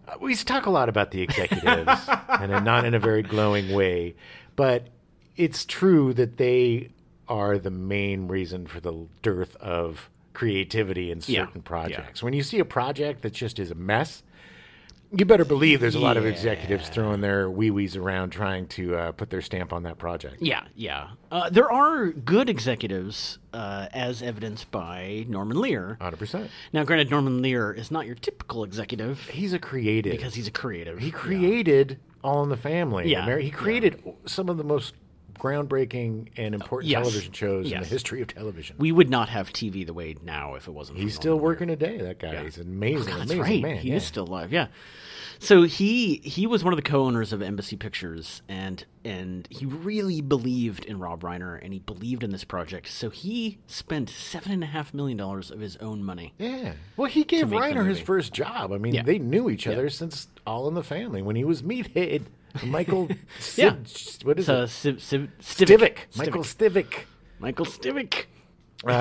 Speaker 1: Uh, we talk a lot about the executives, and then not in a very glowing way, but it's true that they are the main reason for the dearth of creativity in
Speaker 2: Yeah.
Speaker 1: certain
Speaker 2: Yeah.
Speaker 1: projects. When you see a project that just is a mess, You better believe there's a lot of
Speaker 2: Yeah.
Speaker 1: executives throwing their wee wees around trying to uh, put their stamp on that project.
Speaker 2: Yeah, yeah. Uh, there are good executives, uh, as evidenced by Norman Lear.
Speaker 1: 100%.
Speaker 2: Now, granted, Norman Lear is not your typical executive
Speaker 1: He's a creative.
Speaker 2: because he's a creative.
Speaker 1: he created All in the Family.
Speaker 2: Yeah.
Speaker 1: Ameri- He created some of the most groundbreaking and important
Speaker 2: Yes.
Speaker 1: television shows in the
Speaker 2: Yes.
Speaker 1: history of television.
Speaker 2: we would not have TV the way now if it wasn't.
Speaker 1: He's still working today, that guy. He's an amazing,
Speaker 2: Oh, That's
Speaker 1: amazing
Speaker 2: right.
Speaker 1: man.
Speaker 2: he
Speaker 1: yeah.
Speaker 2: is still alive. Yeah. So he he was one of the co-owners of Embassy Pictures, and and he really believed in Rob Reiner, and he believed in this project. So he spent seven and a half million dollars of his own money.
Speaker 1: Yeah. Well, he gave
Speaker 2: make the
Speaker 1: Reiner his
Speaker 2: movie.
Speaker 1: first job. I mean,
Speaker 2: Yeah.
Speaker 1: they knew each other since All in the Family when he was Meathead. Michael
Speaker 2: Yeah.
Speaker 1: Sid, What is
Speaker 2: So
Speaker 1: it?
Speaker 2: Civ, Civ,
Speaker 1: Stivic.
Speaker 2: Stivic.
Speaker 1: Michael Stivic.
Speaker 2: Michael Stivic.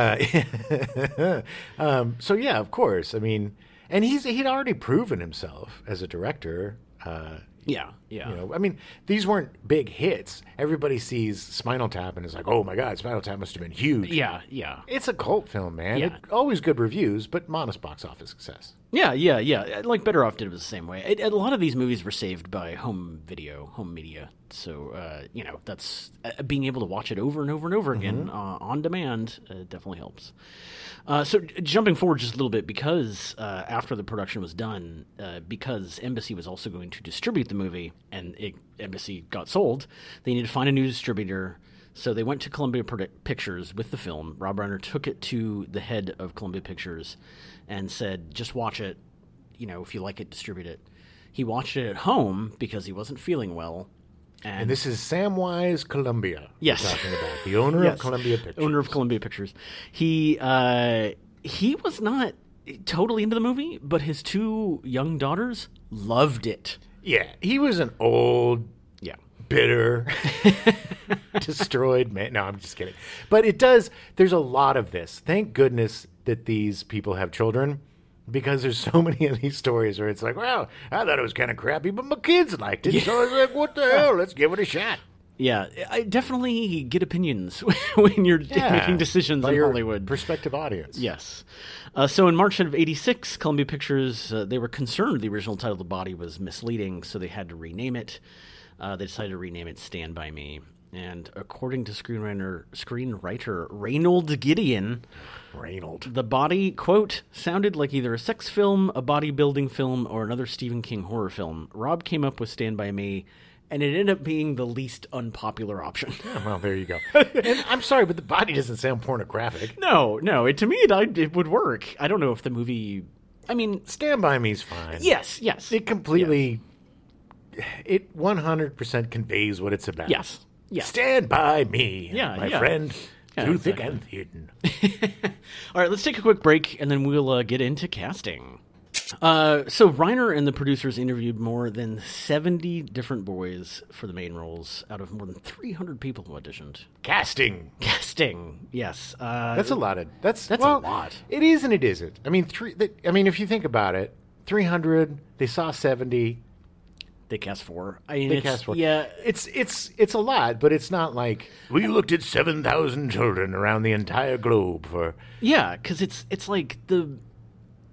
Speaker 1: Uh, um, so yeah, of course. I mean, and he's he'd already proven himself as a director. Uh,
Speaker 2: Yeah, yeah.
Speaker 1: you know, I mean, these weren't big hits. Everybody sees Spinal Tap and is like, "Oh my God, Spinal Tap must have been huge."
Speaker 2: Yeah, yeah.
Speaker 1: It's a cult film, man.
Speaker 2: Yeah.
Speaker 1: It- always good reviews, but modest box office success.
Speaker 2: Yeah, yeah, yeah. Like Better Off did it was the same way. It, a lot of these movies were saved by home video, home media. So uh, you know that's uh, being able to watch it over and over and over again uh, on demand uh, definitely helps. Uh, so j- jumping forward just a little bit, because uh, after the production was done, uh, because Embassy was also going to distribute the movie, and it, Embassy got sold, they needed to find a new distributor. So they went to Columbia Produ- Pictures with the film. Rob Reiner took it to the head of Columbia Pictures and said, "Just watch it. You know, if you like it, distribute it." He watched it at home because he wasn't feeling well, and,
Speaker 1: And this is Samwise Columbia. we're
Speaker 2: Yes.
Speaker 1: talking about the owner of
Speaker 2: Yes.
Speaker 1: Columbia Pictures.
Speaker 2: owner of Columbia Pictures, he uh, he was not totally into the movie, but his two young daughters loved it.
Speaker 1: Yeah, he was an old,
Speaker 2: Yeah,
Speaker 1: bitter, destroyed man. No, I'm just kidding. But it does. There's a lot of this. Thank goodness that these people have children. Because there's so many of these stories where it's like, well, I thought it was kind of crappy, but my kids liked it, so I was like, what the hell? Let's give it a shot.
Speaker 2: yeah. I definitely get opinions when you're making decisions
Speaker 1: By
Speaker 2: in
Speaker 1: your
Speaker 2: Hollywood.
Speaker 1: prospective audience.
Speaker 2: Yes. Uh, so in March of '86, Columbia Pictures uh, they were concerned the original title, "The Body," was misleading, so they had to rename it. Uh, they decided to rename it "Stand by Me." And according to screenwriter screenwriter Reynold Gideon,
Speaker 1: Reynold.
Speaker 2: the body quote sounded like either a sex film, a bodybuilding film, or another Stephen King horror film. Rob came up with "Stand by Me," and it ended up being the least unpopular option.
Speaker 1: Yeah, Oh, well, there you go. and I'm sorry, but the body doesn't sound pornographic.
Speaker 2: no, no, it, to me it, I, it would work. I don't know if the movie. I mean,
Speaker 1: Stand by me's fine.
Speaker 2: Yes, yes.
Speaker 1: It completely, it 100% conveys what it's about.
Speaker 2: yes. Yes.
Speaker 1: Stand by me,
Speaker 2: Yeah,
Speaker 1: my
Speaker 2: yeah.
Speaker 1: friend,
Speaker 2: Yeah,
Speaker 1: through thick and thin.
Speaker 2: All right, let's take a quick break and then we'll uh, get into casting. Uh, so Reiner and the producers interviewed more than 70 different boys for the main roles out of more than 300 people who auditioned.
Speaker 1: Casting.
Speaker 2: Casting. Yes. Uh,
Speaker 1: That's a lot of. That's
Speaker 2: That's a
Speaker 1: well,
Speaker 2: lot.
Speaker 1: It is and it isn't. I mean, three. That, I mean, if you think about it, three hundred. They saw seventy.
Speaker 2: they cast four. I mean,
Speaker 1: They
Speaker 2: it's-
Speaker 1: cast four.
Speaker 2: Yeah.
Speaker 1: It's it's it's a lot, but it's not like we looked at seven thousand children around the entire globe for.
Speaker 2: Yeah, cuz it's it's like the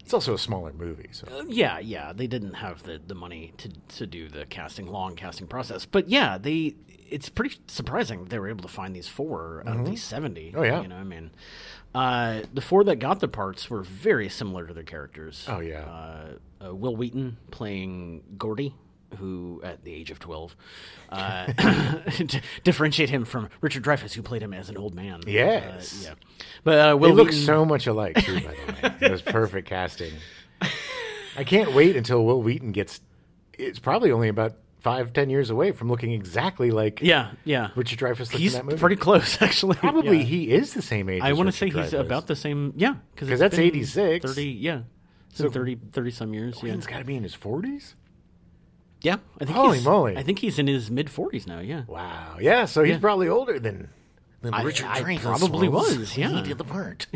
Speaker 1: It's also a smaller movie, so
Speaker 2: yeah, yeah, they didn't have the, the money to to do the casting long casting process, but yeah, they it's pretty surprising they were able to find these four out of these seventy.
Speaker 1: Oh, yeah.
Speaker 2: you know, what I mean, uh, the four that got the parts were very similar to their characters.
Speaker 1: Oh, yeah.
Speaker 2: uh, uh, Will Wheaton playing Gordy. Who, at the age of twelve, uh, to differentiate him from Richard Dreyfuss, who played him as an old man. Uh,
Speaker 1: Yes.
Speaker 2: yeah. But uh, Will
Speaker 1: They look
Speaker 2: Wheaton-
Speaker 1: so much alike, too, by the way. It was perfect casting. I can't wait until Will Wheaton gets. It's probably only about five, ten years away from looking exactly like
Speaker 2: yeah, yeah.
Speaker 1: Richard Dreyfuss looked
Speaker 2: He's
Speaker 1: in that movie.
Speaker 2: pretty close, actually.
Speaker 1: probably
Speaker 2: Yeah.
Speaker 1: he is the same age.
Speaker 2: I
Speaker 1: want to
Speaker 2: say he's about the same. Yeah, because
Speaker 1: 'Cause that's 86.
Speaker 2: 30, yeah. So 30, 30 some years. Yeah.
Speaker 1: Wheaton's got to be in his forties.
Speaker 2: yeah. I think
Speaker 1: Holy
Speaker 2: he's,
Speaker 1: moly.
Speaker 2: I think he's in his mid 40s now, yeah.
Speaker 1: Wow. Yeah. So he's probably older than than
Speaker 2: I-
Speaker 1: Richard
Speaker 2: I
Speaker 1: Dreyfuss
Speaker 2: probably was,
Speaker 1: when
Speaker 2: yeah.
Speaker 1: He did the part.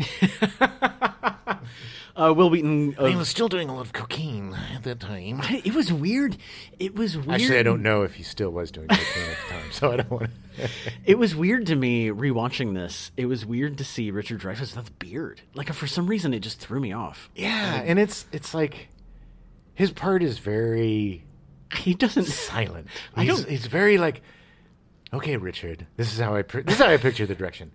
Speaker 2: Uh, Will Wheaton.
Speaker 1: he
Speaker 2: Uh,
Speaker 1: was still doing a lot of cocaine at that time.
Speaker 2: it was weird. It was weird.
Speaker 1: Actually, I don't know if he still was doing cocaine at the time, so I don't want to.
Speaker 2: It was weird to me rewatching this. It was weird to see Richard Dreyfuss without the beard. Like, for some reason, it just threw me off.
Speaker 1: Yeah, and it's it's like His part is very
Speaker 2: He doesn't.
Speaker 1: silent.
Speaker 2: I
Speaker 1: He's,
Speaker 2: don't-
Speaker 1: he's very like, okay, Richard. This is how I. pr this is how I picture the direction.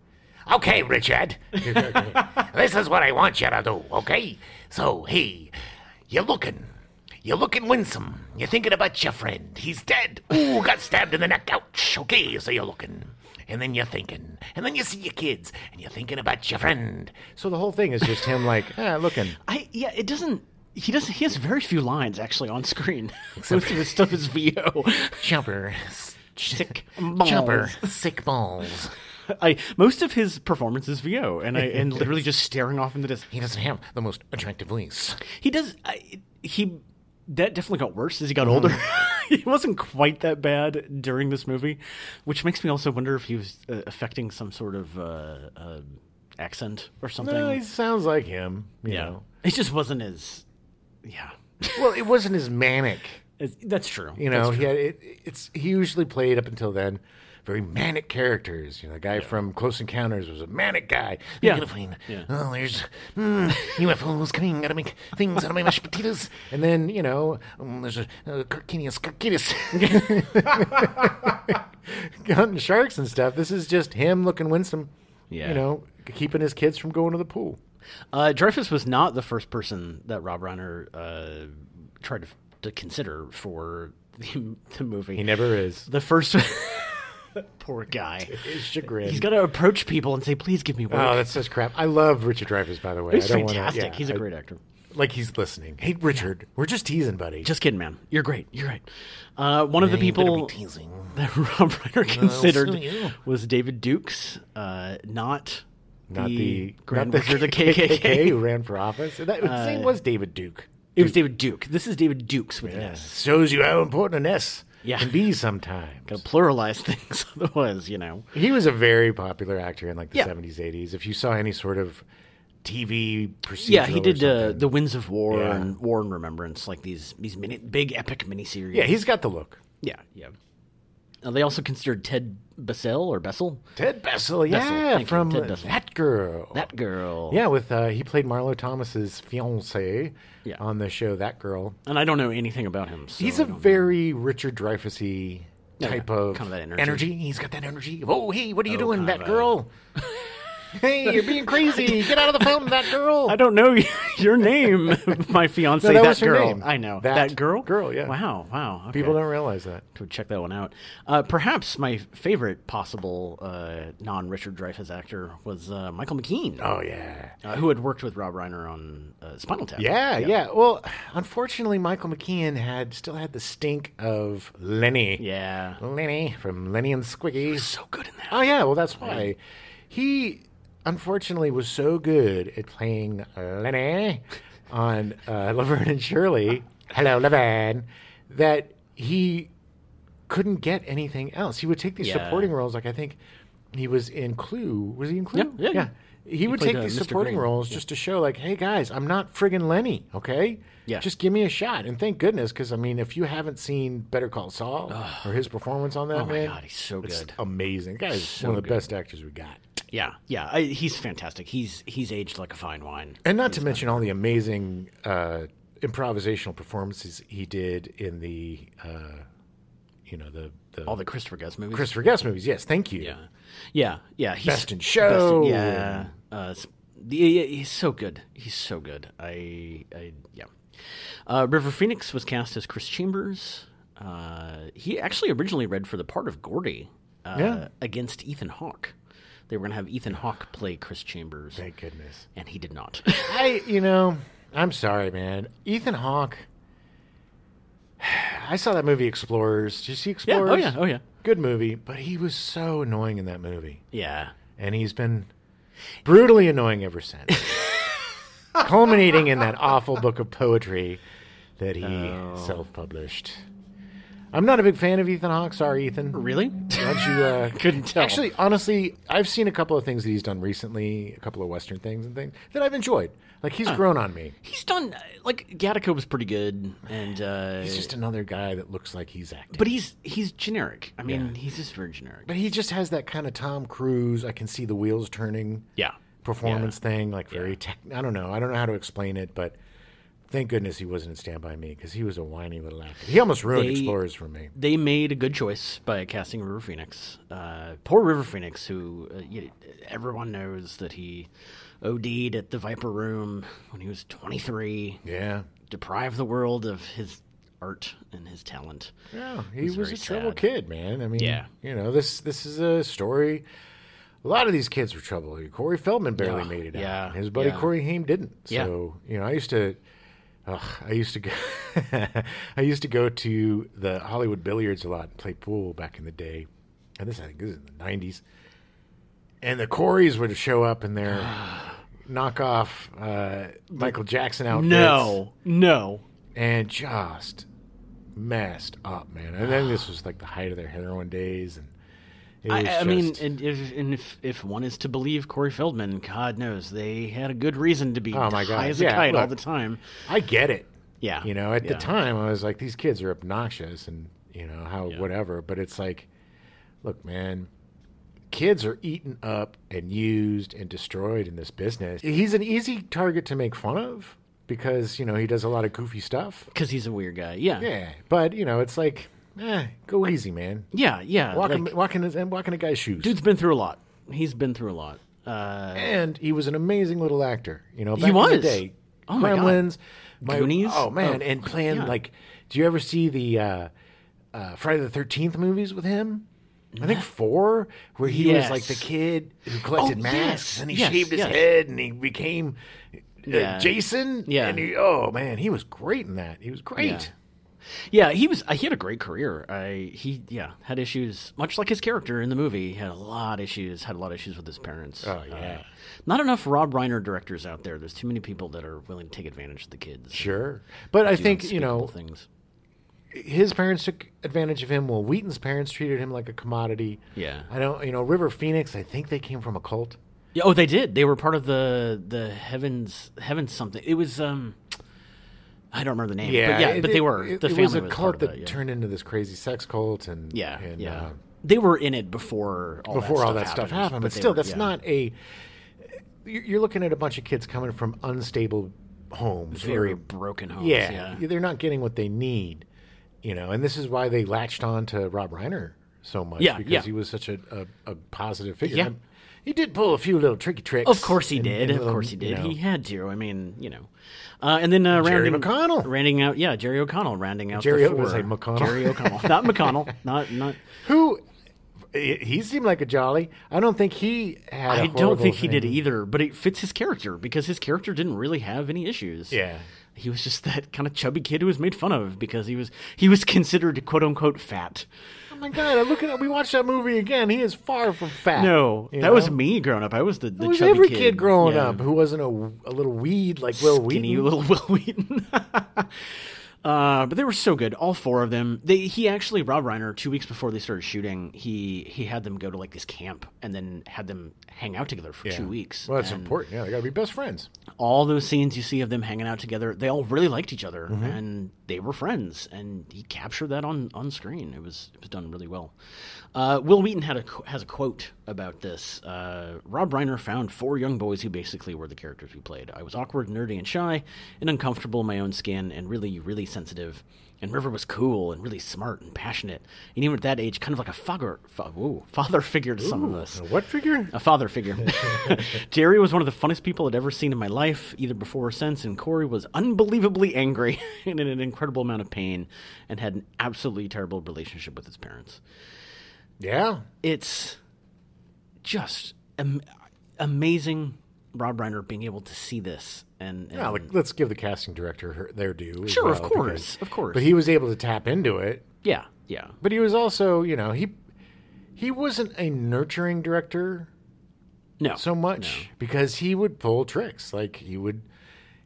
Speaker 1: Okay, Richard. this is what I want you to do. Okay. So hey, you're looking. You're looking winsome. You're thinking about your friend. He's dead. Ooh, got stabbed in the neck. Ouch. Okay, so you're looking. And then you're thinking. And then you see your kids. And you're thinking about your friend. So the whole thing is just him, like, ah, looking.
Speaker 2: I yeah, it doesn't. He doesn't. He has very few lines actually on screen. Most of his stuff is VO.
Speaker 1: Chopper. Sick
Speaker 2: balls.
Speaker 1: Chopper. Sick balls.
Speaker 2: I most of his performance is VO, and I and literally just staring off into this.
Speaker 1: He doesn't have the most attractive voice.
Speaker 2: He does. I, he that definitely got worse as he got
Speaker 1: Mm-hmm.
Speaker 2: older. he wasn't quite that bad during this movie, which makes me also wonder if he was uh, affecting some sort of uh, uh, accent or something.
Speaker 1: No, he sounds like him. You
Speaker 2: yeah,
Speaker 1: Know.
Speaker 2: it just wasn't as. Yeah,
Speaker 1: Well, it wasn't as manic.
Speaker 2: It's- that's true.
Speaker 1: You know, he had, it, it's he usually played up until then very manic characters. You know, the guy from Close Encounters was a manic guy.
Speaker 2: Yeah.
Speaker 1: You're gonna find,
Speaker 2: Yeah.
Speaker 1: oh, there's mm, UFOs coming. Gotta make things out of my mashed potatoes. And then you know, um, there's a uh, Kirkinius, hunting sharks and stuff. This is just him looking winsome.
Speaker 2: Yeah.
Speaker 1: You know, keeping his kids from going to the pool.
Speaker 2: Uh, Dreyfus was not the first person that Rob Reiner uh, tried to, to consider for the, the movie.
Speaker 1: He never is.
Speaker 2: the first poor guy.
Speaker 1: His chagrin.
Speaker 2: He's got to approach people and say, "Please give me work."
Speaker 1: Oh, that's such crap. I love Richard Dreyfuss, by the way.
Speaker 2: he's
Speaker 1: I don't
Speaker 2: fantastic.
Speaker 1: Wanna, yeah,
Speaker 2: he's a
Speaker 1: I-
Speaker 2: great actor.
Speaker 1: like he's listening. Hey, Richard, we're just teasing, buddy.
Speaker 2: Just kidding, man. You're great. You're right. Uh, one of the
Speaker 1: You better be
Speaker 2: people
Speaker 1: teasing.
Speaker 2: that Rob Reiner considered
Speaker 1: sue you.
Speaker 2: was David Dukes, uh, not
Speaker 1: Not the,
Speaker 2: Grand
Speaker 1: not
Speaker 2: Wizard of the KKK.
Speaker 1: who ran for office. And That
Speaker 2: Uh,
Speaker 1: his name was David Duke.
Speaker 2: It was David Duke. This is David Dukes with an S.
Speaker 1: Shows you how important an S
Speaker 2: Yeah.
Speaker 1: can be sometimes.
Speaker 2: Pluralize things, otherwise, you know.
Speaker 1: He was a very popular actor in like the
Speaker 2: Yeah.
Speaker 1: seventies, eighties. If you saw any sort of TV procedural,
Speaker 2: Yeah, he
Speaker 1: or
Speaker 2: did uh,
Speaker 1: something.
Speaker 2: the Winds of War
Speaker 1: Yeah.
Speaker 2: and War and Remembrance, like these these mini, big epic miniseries.
Speaker 1: yeah, he's got the look.
Speaker 2: yeah, yeah. Uh, they also considered Ted Bessel or Bessel,
Speaker 1: Ted Bessel, yeah,
Speaker 2: thank you,
Speaker 1: from
Speaker 2: Ted Bessel.
Speaker 1: That Girl.
Speaker 2: that girl.
Speaker 1: Yeah, with uh, he played Marlo Thomas's fiance
Speaker 2: Yeah.
Speaker 1: on the show That Girl.
Speaker 2: and I don't know anything about him. So
Speaker 1: He's a very Richard Dreyfussy
Speaker 2: Yeah,
Speaker 1: type
Speaker 2: yeah,
Speaker 1: of,
Speaker 2: kind of that energy.
Speaker 1: He's got that energy. of, Oh, hey, what are you
Speaker 2: Oh,
Speaker 1: doing,
Speaker 2: kind
Speaker 1: that
Speaker 2: of a-
Speaker 1: girl? hey, you're being crazy. Get out of the fountain, that girl.
Speaker 2: I don't know your name, my fiance.
Speaker 1: No, that
Speaker 2: that
Speaker 1: was her
Speaker 2: girl.
Speaker 1: name.
Speaker 2: I know
Speaker 1: That
Speaker 2: that, girl.
Speaker 1: girl, yeah.
Speaker 2: Wow. Wow. Okay.
Speaker 1: People don't realize that.
Speaker 2: to check that one out. Uh, perhaps my favorite possible uh, non-Richard Dreyfuss actor was uh, Michael McKean,
Speaker 1: Oh yeah.
Speaker 2: uh, who had worked with Rob Reiner on uh, Spinal Tap.
Speaker 1: Yeah, yeah. Well, unfortunately, Michael McKean had still had the stink of Lenny.
Speaker 2: Yeah.
Speaker 1: Oh, Lenny from Lenny and Squiggy.
Speaker 2: So good in that.
Speaker 1: Oh yeah, well that's why he unfortunately was so good at playing Lenny on uh, Laverne and Shirley. Hello, Laverne. That he couldn't get anything else. He would take these
Speaker 2: Yeah.
Speaker 1: supporting roles. Like I think he was in Clue. Was he in Clue?
Speaker 2: yeah, yeah.
Speaker 1: He,
Speaker 2: He
Speaker 1: would
Speaker 2: played,
Speaker 1: take
Speaker 2: uh,
Speaker 1: these
Speaker 2: Mr.
Speaker 1: supporting
Speaker 2: Green.
Speaker 1: roles just to show, like, hey guys, I'm not friggin' Lenny, okay?
Speaker 2: Yeah.
Speaker 1: Just give me a shot. And thank goodness, because I mean, if you haven't seen Better Call Saul or his performance on that,
Speaker 2: Oh my
Speaker 1: man,
Speaker 2: God, he's so
Speaker 1: it's
Speaker 2: good.
Speaker 1: amazing. The guy's one of the best actors we got.
Speaker 2: Yeah, yeah, I, he's fantastic. He's he's aged like a fine wine.
Speaker 1: And not to mention all the amazing uh, improvisational performances he did in the, uh, you know, the, the
Speaker 2: All the Christopher Guest movies.
Speaker 1: Christopher Guest movies. Yes, thank you.
Speaker 2: yeah, yeah, yeah. He's
Speaker 1: Best in Show.
Speaker 2: yeah, uh, s- yeah, yeah, he's so good. He's so good. I, I yeah. Uh, River Phoenix was cast as Chris Chambers. Uh, he actually originally read for the part of Gordy uh,
Speaker 1: Yeah.
Speaker 2: against Ethan Hawke. They were going to have Ethan Hawke play Chris Chambers,
Speaker 1: Thank goodness.
Speaker 2: and he did not.
Speaker 1: I, you know, I'm sorry, man. Ethan Hawke. I saw that movie Explorers. Did you see
Speaker 2: yeah.
Speaker 1: Explorers?
Speaker 2: Oh yeah. Oh yeah.
Speaker 1: Good movie, but he was so annoying in that movie,
Speaker 2: Yeah.
Speaker 1: and he's been brutally annoying ever since, culminating in that awful book of poetry that he
Speaker 2: Oh.
Speaker 1: self-published. I'm not a big fan of Ethan Hawke. Sorry, Ethan.
Speaker 2: Really?
Speaker 1: Why don't you? Uh,
Speaker 2: Couldn't tell.
Speaker 1: Actually, honestly, I've seen a couple of things that he's done recently, a couple of Western things and things that I've enjoyed. Like he's grown on me.
Speaker 2: He's done uh, like Gattaca was pretty good, and uh,
Speaker 1: He's just another guy that looks like he's acting.
Speaker 2: but he's he's generic. I mean, he's just very generic.
Speaker 1: But he just has that kind of Tom Cruise. I can see the wheels turning
Speaker 2: Yeah,
Speaker 1: performance thing, like very tech. I don't know. I don't know how to explain it, but Thank goodness he wasn't in Stand By Me because he was a whiny little actor. He almost ruined
Speaker 2: They-
Speaker 1: Explorers for me.
Speaker 2: They made a good choice by casting River Phoenix. Uh, poor River Phoenix, who uh, you, everyone knows that he OD'd at the Viper Room when he was 23,
Speaker 1: Yeah.
Speaker 2: deprived the world of his art and his talent.
Speaker 1: Yeah, he was
Speaker 2: very
Speaker 1: a trouble
Speaker 2: sad.
Speaker 1: kid, man. I mean,
Speaker 2: Yeah.
Speaker 1: you know, this this is a story. A lot of these kids were trouble. Corey Feldman barely
Speaker 2: Yeah,
Speaker 1: made it
Speaker 2: yeah,
Speaker 1: out. His buddy
Speaker 2: yeah.
Speaker 1: Corey Haim didn't.
Speaker 2: Yeah.
Speaker 1: So, you know, I used to ugh, I used to go I used to go to the Hollywood billiards a lot and play pool back in the day. And this I think this is in the 90s. And the Coreys would show up in their knockoff uh, Michael Jackson outfits
Speaker 2: No, no.
Speaker 1: and just messed up, man. And then this was like the height of their heroin days, and it was
Speaker 2: I, I
Speaker 1: just,
Speaker 2: mean, and if, and if if one is to believe Corey Feldman, God knows they had a good reason to be
Speaker 1: Oh, my
Speaker 2: high
Speaker 1: God.
Speaker 2: as a
Speaker 1: Yeah,
Speaker 2: kite all
Speaker 1: look.
Speaker 2: the time.
Speaker 1: I get it.
Speaker 2: Yeah,
Speaker 1: You know, at
Speaker 2: yeah.
Speaker 1: the time, I was like, these kids are obnoxious, and you know how whatever. But it's like, look, man. Kids are eaten up and used and destroyed in this business. He's an easy target to make fun of because, you know, he does a lot of goofy stuff.
Speaker 2: because he's a weird guy. Yeah, yeah,
Speaker 1: Yeah. But, you know, it's like, eh, go easy, man.
Speaker 2: yeah.
Speaker 1: Walk, in
Speaker 2: like,
Speaker 1: walk, in, his- walk in a guy's shoes.
Speaker 2: dude's been through a lot. He's been through a lot. Uh,
Speaker 1: and he was an amazing little actor. You know, back in
Speaker 2: was.
Speaker 1: the day,
Speaker 2: Oh my God.
Speaker 1: Gremlins, my,
Speaker 2: Goonies?
Speaker 1: Oh man,
Speaker 2: Oh,
Speaker 1: and playing
Speaker 2: yeah.
Speaker 1: like, do you ever see the uh, uh, Friday the Thirteenth movies with him? I think four, where he was like the
Speaker 2: Yes.
Speaker 1: kid who collected
Speaker 2: Oh,
Speaker 1: masks
Speaker 2: yes,
Speaker 1: and he
Speaker 2: yes,
Speaker 1: shaved his
Speaker 2: yes.
Speaker 1: head and he became uh,
Speaker 2: Yeah.
Speaker 1: Jason.
Speaker 2: Yeah.
Speaker 1: and he, oh man, he was great in that. He was great.
Speaker 2: yeah, he was. uh, He had a great career. I he yeah had issues, much like his character in the movie. He had a lot of issues. Had a lot of issues with his parents.
Speaker 1: Oh, yeah.
Speaker 2: Uh, not enough Rob Reiner directors out there. There's too many people that are willing to take advantage of the kids.
Speaker 1: Sure, but I think you know
Speaker 2: things.
Speaker 1: his parents took advantage of him. Well, Wheaton's parents treated him like a commodity.
Speaker 2: Yeah.
Speaker 1: I don't, you know, River Phoenix. I think they came from a cult.
Speaker 2: Yeah, oh, they did. They were part of the the heavens heavens something. It was um, I don't remember the name. but, yeah,
Speaker 1: it-
Speaker 2: but they were
Speaker 1: It,
Speaker 2: the
Speaker 1: it
Speaker 2: family
Speaker 1: was a
Speaker 2: was part
Speaker 1: cult
Speaker 2: of
Speaker 1: that,
Speaker 2: that, yeah.
Speaker 1: turned into this crazy sex cult, and
Speaker 2: yeah,
Speaker 1: and,
Speaker 2: yeah.
Speaker 1: uh,
Speaker 2: they were in it before all
Speaker 1: before
Speaker 2: that
Speaker 1: all
Speaker 2: stuff
Speaker 1: that stuff
Speaker 2: happened.
Speaker 1: happened. But,
Speaker 2: they
Speaker 1: still,
Speaker 2: were-
Speaker 1: that's
Speaker 2: yeah.
Speaker 1: not a. You're you're looking at a bunch of kids coming from unstable homes.
Speaker 2: very
Speaker 1: or-
Speaker 2: broken homes.
Speaker 1: yeah,
Speaker 2: Yeah,
Speaker 1: they're not getting what they need, you know, and this is why they latched on to Rob Reiner so much
Speaker 2: Yeah,
Speaker 1: because
Speaker 2: yeah.
Speaker 1: he was such a, a, a positive figure.
Speaker 2: Yeah.
Speaker 1: And He did pull a few little tricky tricks.
Speaker 2: Of course he
Speaker 1: and-
Speaker 2: did.
Speaker 1: and
Speaker 2: of
Speaker 1: little,
Speaker 2: course he
Speaker 1: you
Speaker 2: did.
Speaker 1: know,
Speaker 2: He had to. I mean, you know. Uh, and then uh,
Speaker 1: Jerry
Speaker 2: rounding
Speaker 1: McConnell.
Speaker 2: rounding out. Yeah, Jerry O'Connell rounding out.
Speaker 1: Jerry- I
Speaker 2: the
Speaker 1: was
Speaker 2: four.
Speaker 1: gonna say McConnell.
Speaker 2: Jerry O'Connell, not McConnell, not not.
Speaker 1: Who? He seemed like a jolly. I don't think he had. I
Speaker 2: I don't think he did either, but it fits his character because his character didn't really have any issues.
Speaker 1: Yeah.
Speaker 2: He was just that kind of chubby kid who was made fun of because he was he was considered quote unquote fat.
Speaker 1: Oh my god! I look at we watched that movie again. He is far from fat.
Speaker 2: No,
Speaker 1: You
Speaker 2: that
Speaker 1: know?
Speaker 2: was me growing up. I was the, the
Speaker 1: It was
Speaker 2: chubby
Speaker 1: every
Speaker 2: kid,
Speaker 1: kid, growing
Speaker 2: Yeah.
Speaker 1: up who wasn't a, a little weed like Will
Speaker 2: skinny
Speaker 1: Wheaton.
Speaker 2: little Will Wheaton. Uh, but they were so good, all four of them. They he actually Rob Reiner two weeks before they started shooting, he he had them go to like this camp and then had them hang out together for two weeks.
Speaker 1: Well, that's
Speaker 2: And
Speaker 1: important. Yeah, they gotta be best friends.
Speaker 2: all those scenes you see of them hanging out together, they all really liked each other and they were friends. And he captured that on, on screen. It was it was done really well. Uh, Will Wheaton had a qu- has a quote about this. Uh, Rob Reiner found four young boys who basically were the characters we played. I was awkward, nerdy, and shy, and uncomfortable in my own skin, and really really sensitive. And River was cool and really smart and passionate, and even at that age, kind of like a father, fa- whoa, father figure to some of us
Speaker 1: Now, what figure?
Speaker 2: a father figure. Jerry was one of the funnest people I'd ever seen in my life, either before or since, and Corey was unbelievably angry and in an incredible amount of pain and had an absolutely terrible relationship with his parents.
Speaker 1: Yeah.
Speaker 2: It's just am- amazing Rob Reiner being able to see this and, and
Speaker 1: Yeah, like, let's give the casting director her, their due. as
Speaker 2: Sure, of
Speaker 1: well, because-
Speaker 2: course, of course.
Speaker 1: But he was able to tap into it.
Speaker 2: yeah, yeah.
Speaker 1: But he was also, you know, he he wasn't a nurturing director
Speaker 2: No.
Speaker 1: so much because he would pull tricks. Like he would,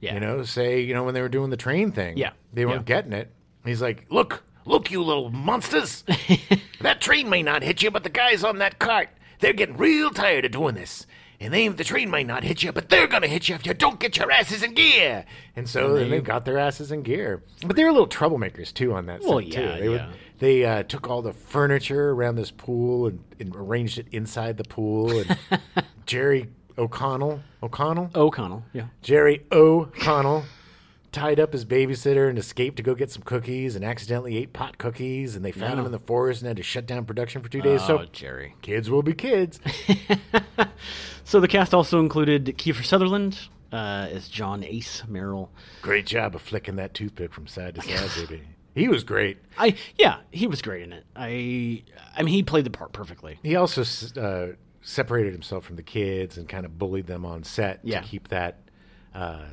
Speaker 2: Yeah.
Speaker 1: you know, say, you know, when they were doing the train thing,
Speaker 2: Yeah.
Speaker 1: they weren't getting it. He's like, look, look, you little monsters. that train may not hit you, but the guys on that cart, they're getting real tired of doing this. And they, the train may not hit you, but they're gonna hit you if you don't get your asses in gear. And so then they got their asses in gear. But they were little troublemakers too on that.
Speaker 2: Well,
Speaker 1: set, too.
Speaker 2: yeah,
Speaker 1: They would-
Speaker 2: yeah.
Speaker 1: they uh, took all the furniture around this pool and, and arranged it inside the pool. And Jerry O'Connell, O'Connell,
Speaker 2: O'Connell, yeah.
Speaker 1: Jerry O'Connell tied up his babysitter and escaped to go get some cookies and accidentally ate pot cookies and they found him
Speaker 2: No.
Speaker 1: in the forest and had to shut down production for two days.
Speaker 2: Oh,
Speaker 1: so
Speaker 2: Jerry.
Speaker 1: kids will be kids.
Speaker 2: So the cast also included Kiefer Sutherland uh, as John Ace Merrill.
Speaker 1: great job of flicking that toothpick from side to side, baby. He was great.
Speaker 2: I yeah, he was great in it. I I mean, he played the part perfectly.
Speaker 1: He also s- uh, separated himself from the kids and kind of bullied them on set
Speaker 2: Yeah.
Speaker 1: to keep that. Uh,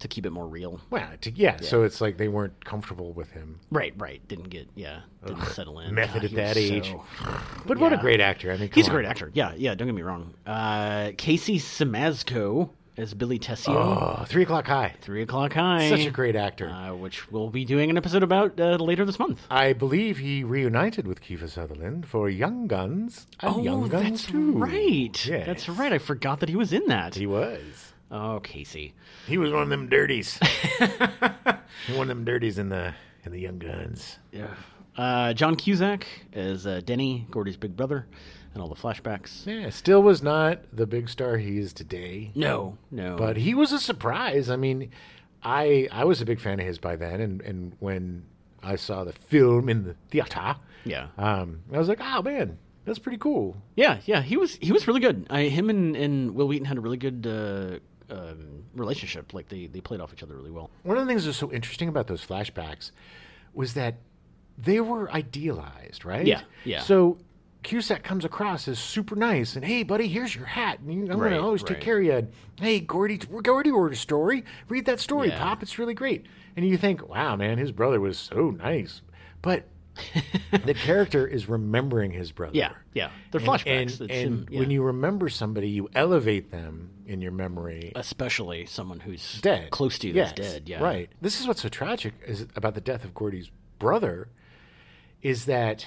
Speaker 2: To keep it more real.
Speaker 1: well, to, yeah, so it's like they weren't comfortable with him.
Speaker 2: Right, right. Didn't get yeah. Didn't settle in.
Speaker 1: Method
Speaker 2: God,
Speaker 1: at
Speaker 2: he was
Speaker 1: that age.
Speaker 2: so-
Speaker 1: But what a
Speaker 2: Yeah.
Speaker 1: great actor! I mean,
Speaker 2: He's a
Speaker 1: come
Speaker 2: great
Speaker 1: on.
Speaker 2: actor. Yeah, yeah. Don't get me wrong. Uh, Casey Samazco as Billy Tessio.
Speaker 1: Oh, three o'clock high.
Speaker 2: Three o'clock high.
Speaker 1: Such a great actor.
Speaker 2: Uh, which we'll be doing an episode about uh, later this month.
Speaker 1: I believe he reunited with Kiefer Sutherland for Young Guns. And
Speaker 2: Oh,
Speaker 1: Young Guns
Speaker 2: that's
Speaker 1: 2.
Speaker 2: right.
Speaker 1: Yes.
Speaker 2: That's right. I forgot that he was in that.
Speaker 1: He was.
Speaker 2: Oh, Casey.
Speaker 1: He was one of them dirties. one of them dirties in the in the Young Guns.
Speaker 2: Yeah. Uh, John Cusack as uh, Denny, Gordy's big brother, and all the flashbacks.
Speaker 1: Yeah, still was not the big star he is today,
Speaker 2: No, no.
Speaker 1: but he was a surprise. I mean, I I was a big fan of his by then, and and when I saw the film in the theater,
Speaker 2: yeah,
Speaker 1: um, I was like, oh man, that's pretty cool.
Speaker 2: yeah, yeah. He was he was really good. I, him and, and Will Wheaton had a really good uh, um, relationship. Like they they played off each other really well.
Speaker 1: One of the things that's so interesting about those flashbacks was that they were idealized, right?
Speaker 2: Yeah, yeah.
Speaker 1: So Cusack comes across as super nice and, hey, buddy, here's your hat. And you, I'm going
Speaker 2: Right,
Speaker 1: to always take
Speaker 2: right.
Speaker 1: care of you. And, hey, Gordy, Gordy wrote a story. Read that story,
Speaker 2: Yeah.
Speaker 1: Pop. It's really great. And you think, wow, man, his brother was so nice. But the character is remembering his brother.
Speaker 2: Yeah, yeah. They're
Speaker 1: And-
Speaker 2: flashbacks.
Speaker 1: And,
Speaker 2: It's
Speaker 1: and,
Speaker 2: him, yeah.
Speaker 1: when you remember somebody, you elevate them in your memory
Speaker 2: especially someone who's
Speaker 1: dead.
Speaker 2: close to you
Speaker 1: yes,
Speaker 2: that's dead. Yeah,
Speaker 1: Right. This is what's so tragic is about the death of Gordy's brother is that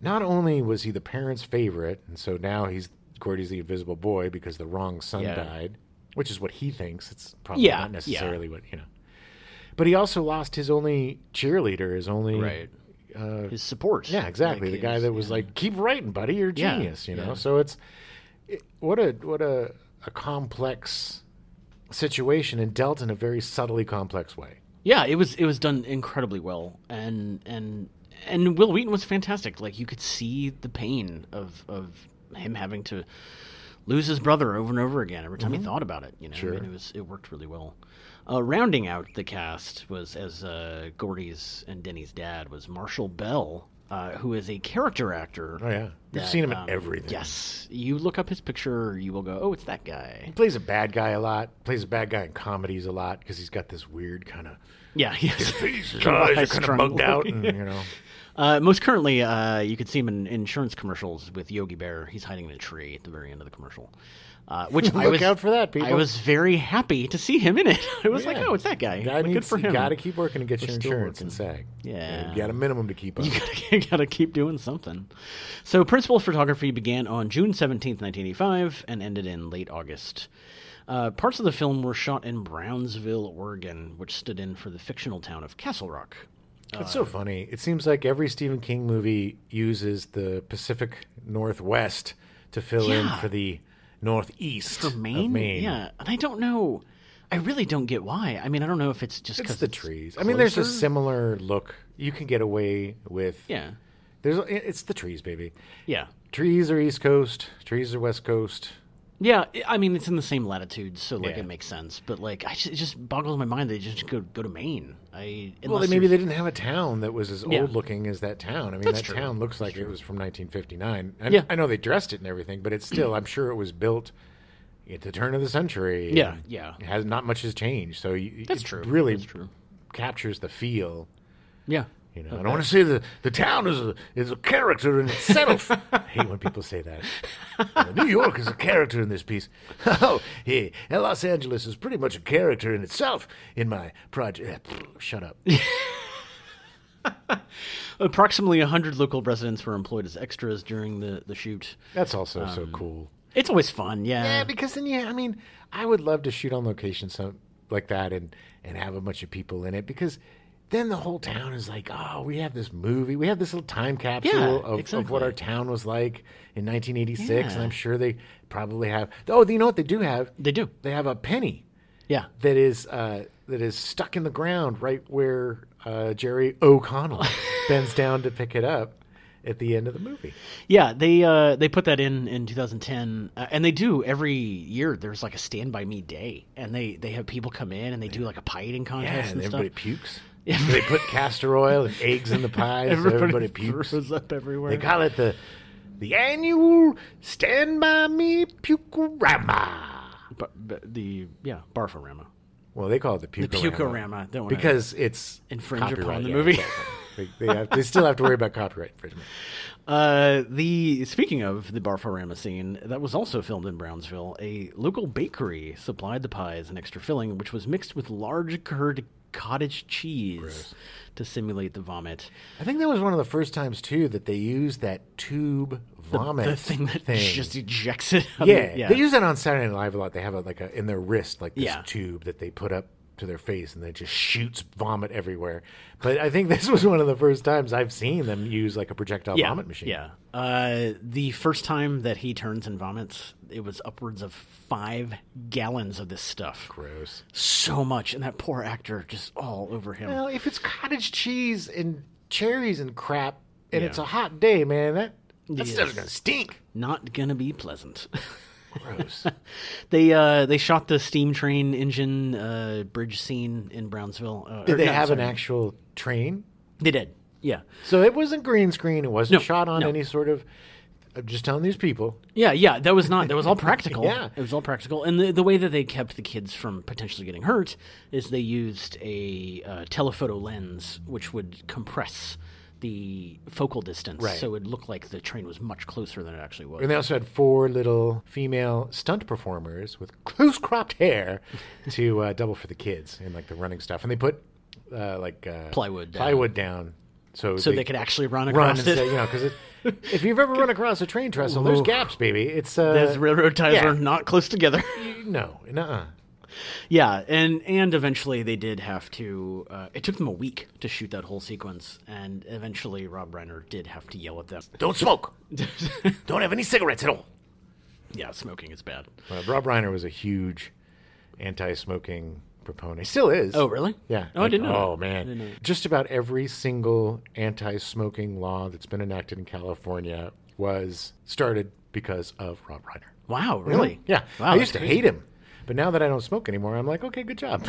Speaker 1: not only was he the parents' favorite, and so now he's Gordy's the invisible boy because the wrong son
Speaker 2: Yeah.
Speaker 1: died, which is what he thinks. It's probably
Speaker 2: Yeah,
Speaker 1: not
Speaker 2: yeah.
Speaker 1: necessarily what you know. But he also lost his only cheerleader, his only
Speaker 2: right. His support.
Speaker 1: Uh, yeah, exactly.
Speaker 2: Like
Speaker 1: the guy
Speaker 2: his-
Speaker 1: that was like, "Keep writing, buddy. You're a
Speaker 2: Yeah,
Speaker 1: genius." you know.
Speaker 2: yeah.
Speaker 1: So it's it, what a what a, a complex situation and dealt in a very subtly complex way.
Speaker 2: Yeah, it was it was done incredibly well, and and and Will Wheaton was fantastic. Like you could see the pain of of him having to lose his brother over and over again every time he thought about it. You know, I mean,
Speaker 1: Sure.
Speaker 2: it was it worked really well. Uh, rounding out the cast was as uh, Gordy's and Denny's dad was Marshall Bell, uh, who is a character actor.
Speaker 1: Oh yeah, we've
Speaker 2: that,
Speaker 1: seen him
Speaker 2: um,
Speaker 1: in everything.
Speaker 2: Yes, you look up his picture, you will go, oh, it's that guy.
Speaker 1: He plays a bad guy a lot. Plays a bad guy in comedies a lot because he's got this weird kind of
Speaker 2: Yeah, yes. Mm.
Speaker 1: his eyes are kind of bugged out, and you know.
Speaker 2: Uh, most currently, uh, you could see him in insurance commercials with Yogi Bear. He's hiding in a tree at the very end of the commercial. Uh, which I
Speaker 1: Look
Speaker 2: was,
Speaker 1: out for that, people.
Speaker 2: I was very happy to see him in it. I was like,
Speaker 1: Yeah.
Speaker 2: oh, it's that guy.
Speaker 1: Guy
Speaker 2: Like, good
Speaker 1: needs-
Speaker 2: for him.
Speaker 1: You got to keep working to get your
Speaker 2: still
Speaker 1: insurance and SAG.
Speaker 2: Yeah.
Speaker 1: you got a minimum to keep up.
Speaker 2: You gotta, you gotta keep doing something. So, Principal Photography began on June 17th, 1985, and ended in late August. Uh, parts of the film were shot in Brownsville, Oregon, which stood in for the fictional town of Castle Rock.
Speaker 1: It's so funny. It seems like every Stephen King movie uses the Pacific Northwest to fill
Speaker 2: Yeah.
Speaker 1: in for the Northeast
Speaker 2: For
Speaker 1: of
Speaker 2: Maine?
Speaker 1: Maine.
Speaker 2: Yeah, and I don't know. I really don't get why. I mean, I don't know if it's just
Speaker 1: it's
Speaker 2: 'cause
Speaker 1: the trees. I mean, there's a
Speaker 2: closer?
Speaker 1: similar look. You can get away with.
Speaker 2: Yeah,
Speaker 1: There's it's the trees, baby.
Speaker 2: yeah,
Speaker 1: Trees are East Coast. Trees are West Coast.
Speaker 2: yeah. I- I mean, it's in the same latitude, so like
Speaker 1: Yeah.
Speaker 2: it makes sense. But like, I just, it just boggles my mind. They just go go to Maine. I
Speaker 1: Well,
Speaker 2: unless
Speaker 1: maybe
Speaker 2: you're-
Speaker 1: they didn't have a town that was as
Speaker 2: Yeah.
Speaker 1: old looking as that town. I mean,
Speaker 2: That's
Speaker 1: that
Speaker 2: true.
Speaker 1: town looks like it was from 1959. And
Speaker 2: Yeah.
Speaker 1: I know they dressed it and everything, but it's still, I'm sure it was built at the turn of the century.
Speaker 2: Yeah,
Speaker 1: and
Speaker 2: yeah.
Speaker 1: it Has not much has changed, so you,
Speaker 2: That's
Speaker 1: it
Speaker 2: true.
Speaker 1: Really
Speaker 2: That's true.
Speaker 1: captures the feel.
Speaker 2: Yeah.
Speaker 1: You know, I don't want to say the the town is a is a character in itself. I hate when people say that. Uh, New York is a character in this piece. Oh, yeah, and Los Angeles is pretty much a character in itself in my project. Shut up.
Speaker 2: Approximately 100 local residents were employed as extras during the, the shoot.
Speaker 1: That's also so
Speaker 2: Um,
Speaker 1: cool.
Speaker 2: It's always fun, yeah.
Speaker 1: Yeah, because then yeah, I mean, I would love to shoot on location some like that and and have a bunch of people in it because then the whole town is like, oh, we have this movie, we have this little time capsule
Speaker 2: Yeah,
Speaker 1: of, of
Speaker 2: exactly.
Speaker 1: what our town was like in 1986,
Speaker 2: Yeah.
Speaker 1: and I'm sure they probably have. Oh, you know what they do have?
Speaker 2: They do.
Speaker 1: They have a penny
Speaker 2: Yeah.
Speaker 1: that is uh, that is stuck in the ground right where uh, Jerry O'Connell bends down to pick it up at the end of the movie.
Speaker 2: Yeah, they uh, they put that in in 2010, uh, and they do every year. There's like a Stand By Me Day, and they they have people come in and they do like a pie eating
Speaker 1: Yeah,
Speaker 2: contest
Speaker 1: and
Speaker 2: and stuff.
Speaker 1: everybody pukes. they put castor oil and eggs in the pie, so everybody pukes.
Speaker 2: throws up everywhere.
Speaker 1: They call it the the annual Stand By Me Pukorama.
Speaker 2: Bu- bu- the yeah, Barforama.
Speaker 1: Well, they call it the
Speaker 2: The
Speaker 1: Pukorama.
Speaker 2: Pukorama. Don't wanna
Speaker 1: Because it's
Speaker 2: infringe upon
Speaker 1: copyright,
Speaker 2: the
Speaker 1: yeah,
Speaker 2: movie.
Speaker 1: exactly. they, they have, they still have to worry about copyright infringement.
Speaker 2: Uh, the speaking of the Barforama scene, that was also filmed in Brownsville. A local bakery supplied the pie as an extra filling, which was mixed with large curd cottage cheese to simulate the vomit.
Speaker 1: I think that was one of the first times too that they used that tube vomit
Speaker 2: The thing that just ejects it. out of-
Speaker 1: yeah,
Speaker 2: yeah.
Speaker 1: they use that on Saturday Night Live a lot. They have it like a, in their wrist, like this
Speaker 2: Yeah.
Speaker 1: tube that they put up to their face, and it just shoots vomit everywhere. But I think this was one of the first times I've seen them use like a projectile
Speaker 2: yeah,
Speaker 1: vomit machine.
Speaker 2: Yeah. Uh, the first time that he turns and vomits, it was upwards of five gallons of this stuff.
Speaker 1: gross.
Speaker 2: So much, and that poor actor just all over him.
Speaker 1: Well, if it's cottage cheese and cherries and crap, and
Speaker 2: Yeah.
Speaker 1: it's a hot day, man, that that
Speaker 2: Yes.
Speaker 1: stuff's gonna stink.
Speaker 2: Not gonna be pleasant.
Speaker 1: Gross.
Speaker 2: They uh they shot the steam train engine uh bridge scene in Brownsville. Uh, or
Speaker 1: Did they
Speaker 2: no,
Speaker 1: have an
Speaker 2: sorry.
Speaker 1: actual train?
Speaker 2: They did. Yeah.
Speaker 1: So it wasn't green screen. It wasn't
Speaker 2: No,
Speaker 1: shot on
Speaker 2: no.
Speaker 1: any sort of. I'm just telling these people.
Speaker 2: Yeah, yeah, that was not that was all practical.
Speaker 1: Yeah.
Speaker 2: It was all practical. And the the way that they kept the kids from potentially getting hurt is they used a uh, telephoto lens which would compress the focal distance
Speaker 1: Right.
Speaker 2: so it looked like the train was much closer than it actually was.
Speaker 1: And they also had four little female stunt performers with close cropped hair to uh, double for the kids in like the running stuff. And they put uh, like uh,
Speaker 2: Plywood down.
Speaker 1: plywood down so
Speaker 2: so they could actually run
Speaker 1: run
Speaker 2: across
Speaker 1: and
Speaker 2: it.
Speaker 1: say, you know, because if you've ever run across a train trestle, there's
Speaker 2: Ooh.
Speaker 1: gaps, baby. It's uh,
Speaker 2: Those railroad ties
Speaker 1: yeah.
Speaker 2: are not close together.
Speaker 1: no, nuh-uh.
Speaker 2: Yeah, and and eventually they did have to. Uh, it took them a week to shoot that whole sequence, and eventually Rob Reiner did have to yell at them.
Speaker 1: Don't smoke. Don't have any cigarettes at all.
Speaker 2: yeah, smoking is bad.
Speaker 1: Uh, Rob Reiner was a huge anti-smoking proponent. He still is.
Speaker 2: Oh, really?
Speaker 1: Yeah.
Speaker 2: Oh, I
Speaker 1: Like,
Speaker 2: didn't know.
Speaker 1: Oh
Speaker 2: that. I didn't know
Speaker 1: man.
Speaker 2: that.
Speaker 1: Just about every single anti-smoking law that's been enacted in California was started because of Rob Reiner.
Speaker 2: Wow, really?
Speaker 1: Mm-hmm. Yeah.
Speaker 2: Wow,
Speaker 1: I
Speaker 2: that's
Speaker 1: used to
Speaker 2: crazy.
Speaker 1: hate him, but now that I don't smoke anymore, I'm like, okay, good job.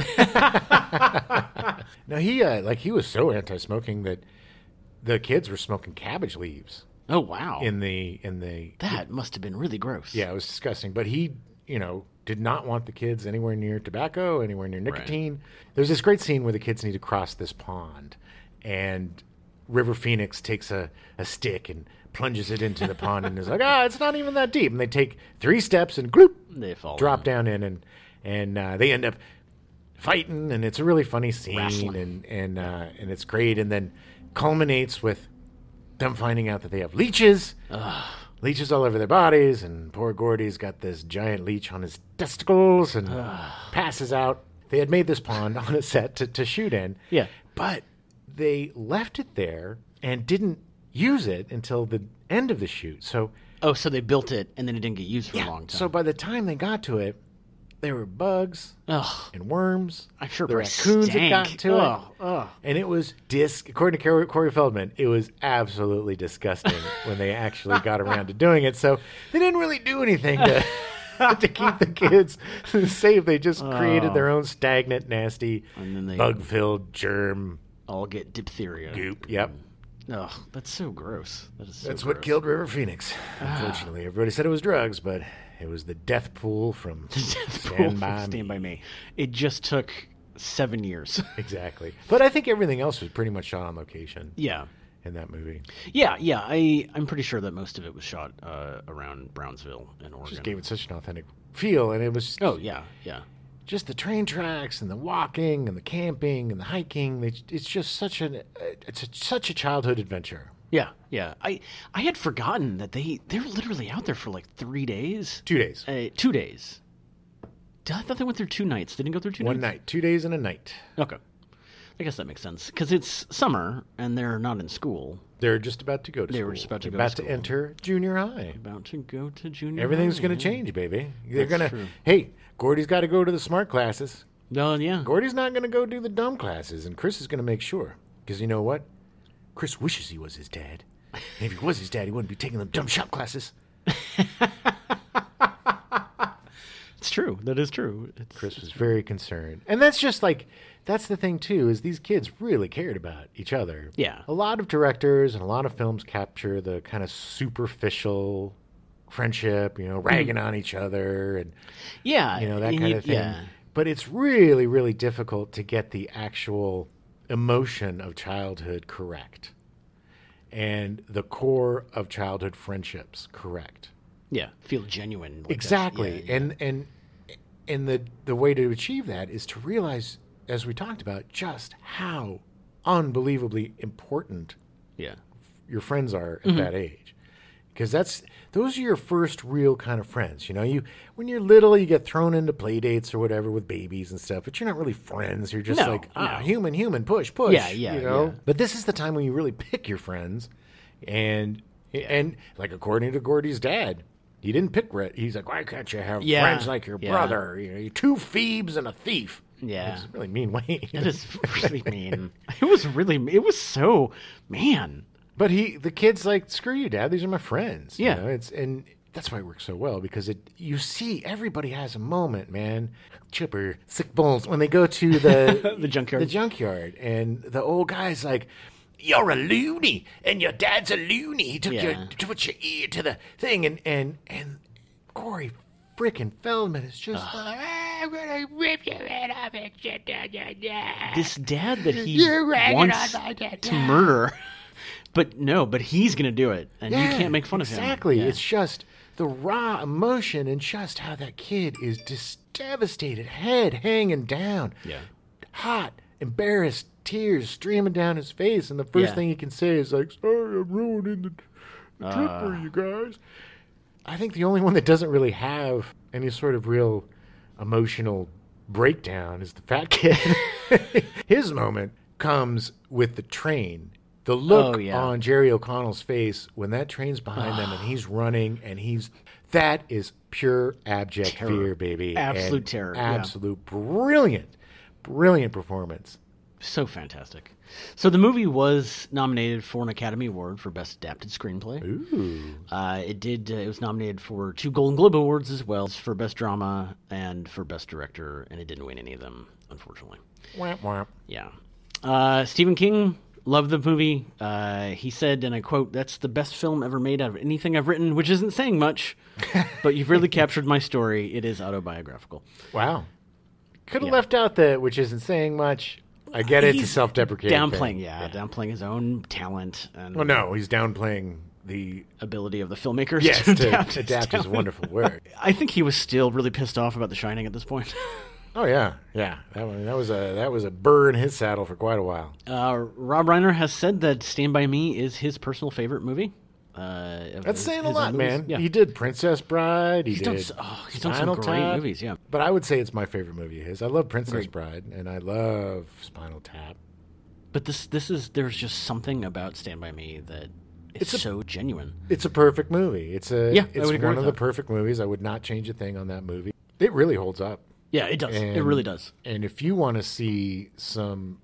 Speaker 1: now he uh, like he was so anti-smoking that the kids were smoking cabbage leaves
Speaker 2: Oh, wow.
Speaker 1: in the in the
Speaker 2: that must have been really gross.
Speaker 1: yeah, it was disgusting. But he, you know, did not want the kids anywhere near tobacco, anywhere near nicotine. There's this great scene where the kids need to cross this pond, and River Phoenix takes a, a stick and plunges it into the pond and is like, ah, it's not even that deep. And they take three steps and gloop,
Speaker 2: they fall.
Speaker 1: drop down in, and and uh, they end up fighting, and it's a really funny scene,
Speaker 2: Wrestling.
Speaker 1: and and uh, and it's great, and then culminates with them finding out that they have leeches leeches all over their bodies, and poor Gordy's got this giant leech on his testicles and passes out. They had made this pond on a set to, to shoot in.
Speaker 2: Yeah.
Speaker 1: But they left it there and didn't use it until the end of the shoot. So,
Speaker 2: Oh, so they built it and then it didn't get used for a long time.
Speaker 1: so by the time they got to it, there were bugs
Speaker 2: Ugh,
Speaker 1: and worms.
Speaker 2: I'm sure
Speaker 1: the
Speaker 2: probably
Speaker 1: raccoons had
Speaker 2: stank.
Speaker 1: gotten to
Speaker 2: Ugh,
Speaker 1: it.
Speaker 2: ugh.
Speaker 1: And it was disc. According to Corey, Corey Feldman, it was absolutely disgusting when they actually got around to doing it. So they didn't really do anything to to keep the kids safe. They just created their own stagnant, nasty,
Speaker 2: And then they-
Speaker 1: bug-filled germ
Speaker 2: all get diphtheria.
Speaker 1: goop. Yep.
Speaker 2: Ugh, that's so gross. That is so
Speaker 1: That's
Speaker 2: gross.
Speaker 1: what killed River Phoenix. Unfortunately, everybody said it was drugs, but it was the death pool from Stand by
Speaker 2: Stand
Speaker 1: Me.
Speaker 2: by me. It just took seven years.
Speaker 1: Exactly. But I think everything else was pretty much shot on location
Speaker 2: yeah.
Speaker 1: in that movie.
Speaker 2: Yeah, yeah. I I'm pretty sure that most of it was shot uh, around Brownsville in Oregon.
Speaker 1: Just gave it such an authentic feel, and it was
Speaker 2: oh yeah, yeah.
Speaker 1: just the train tracks and the walking and the camping and the hiking. They- It's just such an it's a, such a childhood adventure.
Speaker 2: Yeah, yeah. I I had forgotten that they they're literally out there for like three days,
Speaker 1: Two days,
Speaker 2: uh, two days. D- I thought they went through two nights. They didn't go through two
Speaker 1: one
Speaker 2: nights.
Speaker 1: night, two days and a night.
Speaker 2: Okay, I guess that makes sense because it's summer and they're not in school.
Speaker 1: They're just about to go to
Speaker 2: They
Speaker 1: school.
Speaker 2: were just about
Speaker 1: They're
Speaker 2: to go to
Speaker 1: about
Speaker 2: school.
Speaker 1: to enter junior high.
Speaker 2: About to go to junior.
Speaker 1: Everything's
Speaker 2: high.
Speaker 1: going to change, baby. They're
Speaker 2: Mm-hmm. That's
Speaker 1: going to
Speaker 2: true.
Speaker 1: hey, Gordy's got to go to the smart classes.
Speaker 2: No, yeah.
Speaker 1: Gordy's not going to go do the dumb classes, and Chris is going to make sure. Because you know what? Chris wishes he was his dad. And if he was his dad, he wouldn't be taking them dumb shop classes.
Speaker 2: It's true. That is true. It's,
Speaker 1: Chris was very concerned. And that's just like, that's the thing, too, is these kids really cared about each other.
Speaker 2: Yeah.
Speaker 1: A lot of directors and a lot of films capture the kind of superficial friendship, you know, ragging on each other and
Speaker 2: Yeah.
Speaker 1: you know that
Speaker 2: and
Speaker 1: kind
Speaker 2: you-
Speaker 1: of thing
Speaker 2: Yeah.
Speaker 1: but it's really really difficult to get the actual emotion of childhood correct and the core of childhood friendships correct
Speaker 2: Yeah. Feel genuine. like that.
Speaker 1: exactly
Speaker 2: Yeah,
Speaker 1: and and and the the way to achieve that is to realize as we talked about just how unbelievably important
Speaker 2: yeah.
Speaker 1: your friends are at
Speaker 2: Mm-hmm.
Speaker 1: that age because that's those are your first real kind of friends you know you when you're little you get thrown into play dates or whatever with babies and stuff but you're not really friends you're just
Speaker 2: No,
Speaker 1: like ah
Speaker 2: no.
Speaker 1: human human push push
Speaker 2: Yeah, yeah,
Speaker 1: you know
Speaker 2: yeah.
Speaker 1: but this is the time when you really pick your friends and and like according to gordy's dad he didn't pick Rhett. He's like, why can't you have
Speaker 2: Yeah,
Speaker 1: friends like your
Speaker 2: yeah.
Speaker 1: brother? You know, you're two Phoebes and a thief.
Speaker 2: Yeah.
Speaker 1: It's really mean way.
Speaker 2: That is really mean. It was really. It was so. Man.
Speaker 1: But he, the kid's like, screw you, dad. These are my friends. you
Speaker 2: Yeah.
Speaker 1: know, it's and that's why it works so well because it. You see, everybody has a moment, man. Chipper, sick bones. When they go to the
Speaker 2: The junkyard.
Speaker 1: the junkyard, and the old guy's like. You're a loony, and your dad's a loony. He took
Speaker 2: Yeah.
Speaker 1: your put your ear to the thing, and and and Corey freaking Feldman is just like, I'm gonna rip your head off and shit down your neck.
Speaker 2: this dad that he
Speaker 1: You're ragging
Speaker 2: wants
Speaker 1: on my dad.
Speaker 2: to murder. But no, but he's gonna do it, and you can't make fun of him.
Speaker 1: Exactly.
Speaker 2: Yeah.
Speaker 1: It's just the raw emotion and just how that kid is just devastated, head hanging down,
Speaker 2: Yeah.
Speaker 1: hot, embarrassed, tears streaming down his face, and the first
Speaker 2: Yeah.
Speaker 1: thing he can say is like, "Sorry, I'm ruining the the trip for
Speaker 2: Uh,
Speaker 1: you guys." I think the only one that doesn't really have any sort of real emotional breakdown is the fat kid. His moment comes with the train. The look
Speaker 2: Oh, yeah.
Speaker 1: on Jerry O'Connell's face when that train's behind them and he's running and he's that is pure abject fear, baby.
Speaker 2: Absolute
Speaker 1: And
Speaker 2: terror, yeah.
Speaker 1: Absolute brilliant, brilliant performance.
Speaker 2: so fantastic. So the movie was nominated for an Academy Award for Best Adapted Screenplay.
Speaker 1: Ooh.
Speaker 2: Uh, it did. Uh, it was nominated for two Golden Globe Awards as well for Best Drama and for Best Director, and it didn't win any of them, unfortunately.
Speaker 1: Womp womp.
Speaker 2: Yeah. Uh, Stephen King loved the movie. Uh, he said, and I quote, "That's the best film ever made out of anything I've written," which isn't saying much, but you've really captured my story. It is autobiographical.
Speaker 1: Wow. Could have left out the which isn't saying much. I get it, it's a
Speaker 2: He's
Speaker 1: self deprecating.
Speaker 2: Downplaying, yeah, downplaying his own talent and
Speaker 1: Well, no, he's downplaying the
Speaker 2: ability of the filmmakers
Speaker 1: yes
Speaker 2: to,
Speaker 1: to
Speaker 2: adapt, his
Speaker 1: adapt his
Speaker 2: talent.
Speaker 1: wonderful work.
Speaker 2: I think he was still really pissed off about The Shining at this point.
Speaker 1: Oh yeah, yeah. That one, that was a that was a burr in his saddle for quite a while.
Speaker 2: Uh, Rob Reiner has said that Stand By Me is his personal favorite movie. Uh, of
Speaker 1: That's
Speaker 2: his-
Speaker 1: saying a
Speaker 2: his own
Speaker 1: lot,
Speaker 2: movies.
Speaker 1: man.
Speaker 2: Yeah.
Speaker 1: He did Princess Bride. He
Speaker 2: he's
Speaker 1: did.
Speaker 2: done, s- oh, he's done some
Speaker 1: Spinal
Speaker 2: great
Speaker 1: Tap.
Speaker 2: movies, yeah.
Speaker 1: But I would say it's my favorite movie of his. I love Princess
Speaker 2: Agreed.
Speaker 1: Bride, and I love Spinal Tap.
Speaker 2: But this this is there's just something about Stand By Me that is
Speaker 1: It's a-
Speaker 2: so genuine.
Speaker 1: It's a perfect movie. It's a
Speaker 2: Yeah, I
Speaker 1: It's
Speaker 2: would agree
Speaker 1: one of
Speaker 2: with
Speaker 1: the
Speaker 2: that.
Speaker 1: perfect movies. I would not change a thing on that movie. It really holds up.
Speaker 2: Yeah, it does. it
Speaker 1: And-
Speaker 2: really does.
Speaker 1: And if you want to see some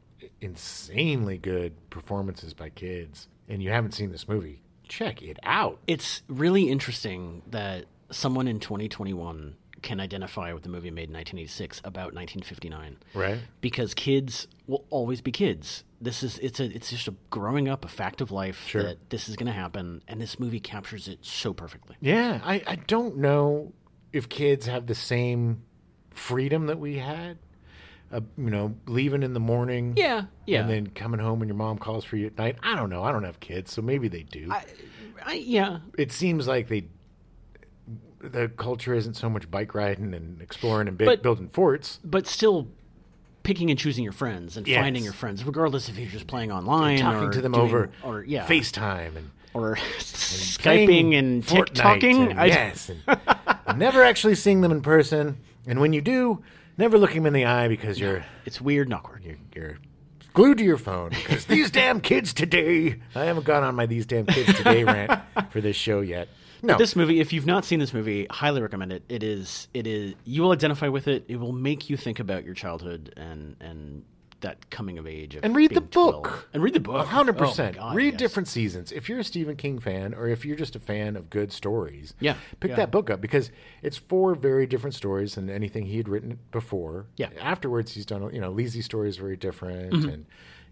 Speaker 1: insanely good performances by kids, and you haven't seen this movie, check it out.
Speaker 2: It's really interesting that someone in 2021 can identify with the movie made in 1986 about 1959.
Speaker 1: Right?
Speaker 2: because kids will always be kids. This is it's a it's just a growing up, a fact of life
Speaker 1: Sure.
Speaker 2: that this is going to happen, and this movie captures it so perfectly.
Speaker 1: Yeah, I, I don't know if kids have the same freedom that we had. Uh, you know, leaving in the morning.
Speaker 2: Yeah, yeah,
Speaker 1: And then coming home when your mom calls for you at night. I don't know. I don't have kids, so maybe they do.
Speaker 2: I, I, yeah,
Speaker 1: it seems like they. The culture isn't so much bike riding and exploring and big,
Speaker 2: But-
Speaker 1: building forts.
Speaker 2: but still picking and choosing your friends and
Speaker 1: Yes.
Speaker 2: finding your friends, regardless if you're just playing online,
Speaker 1: talking
Speaker 2: or
Speaker 1: to them
Speaker 2: doing-
Speaker 1: over
Speaker 2: or yeah,
Speaker 1: FaceTime and
Speaker 2: or
Speaker 1: playing
Speaker 2: skyping and
Speaker 1: Fortnite
Speaker 2: TikToking.
Speaker 1: and
Speaker 2: I-
Speaker 1: yes, and never actually seeing them in person. And when you do, never look them in the eye because you're
Speaker 2: it's weird and awkward.
Speaker 1: you're, you're glued to your phone because these damn kids today. I haven't gone on my these damn kids today rant for this show yet. No,
Speaker 2: This movie, if you've not seen this movie, highly recommend it. It is, it is. You will identify with it. It will make you think about your childhood and and that coming of age. Of
Speaker 1: And read the
Speaker 2: being 12.
Speaker 1: book.
Speaker 2: And read the book.
Speaker 1: A hundred
Speaker 2: Oh my
Speaker 1: percent.
Speaker 2: God,
Speaker 1: Read
Speaker 2: yes.
Speaker 1: different seasons. If you're a Stephen King fan, or if you're just a fan of good stories,
Speaker 2: Yeah,
Speaker 1: pick
Speaker 2: yeah.
Speaker 1: that book up because it's four very different stories than anything he had written before.
Speaker 2: Yeah. Mm-hmm.
Speaker 1: Afterwards, he's done you know Leesy's story is very different, and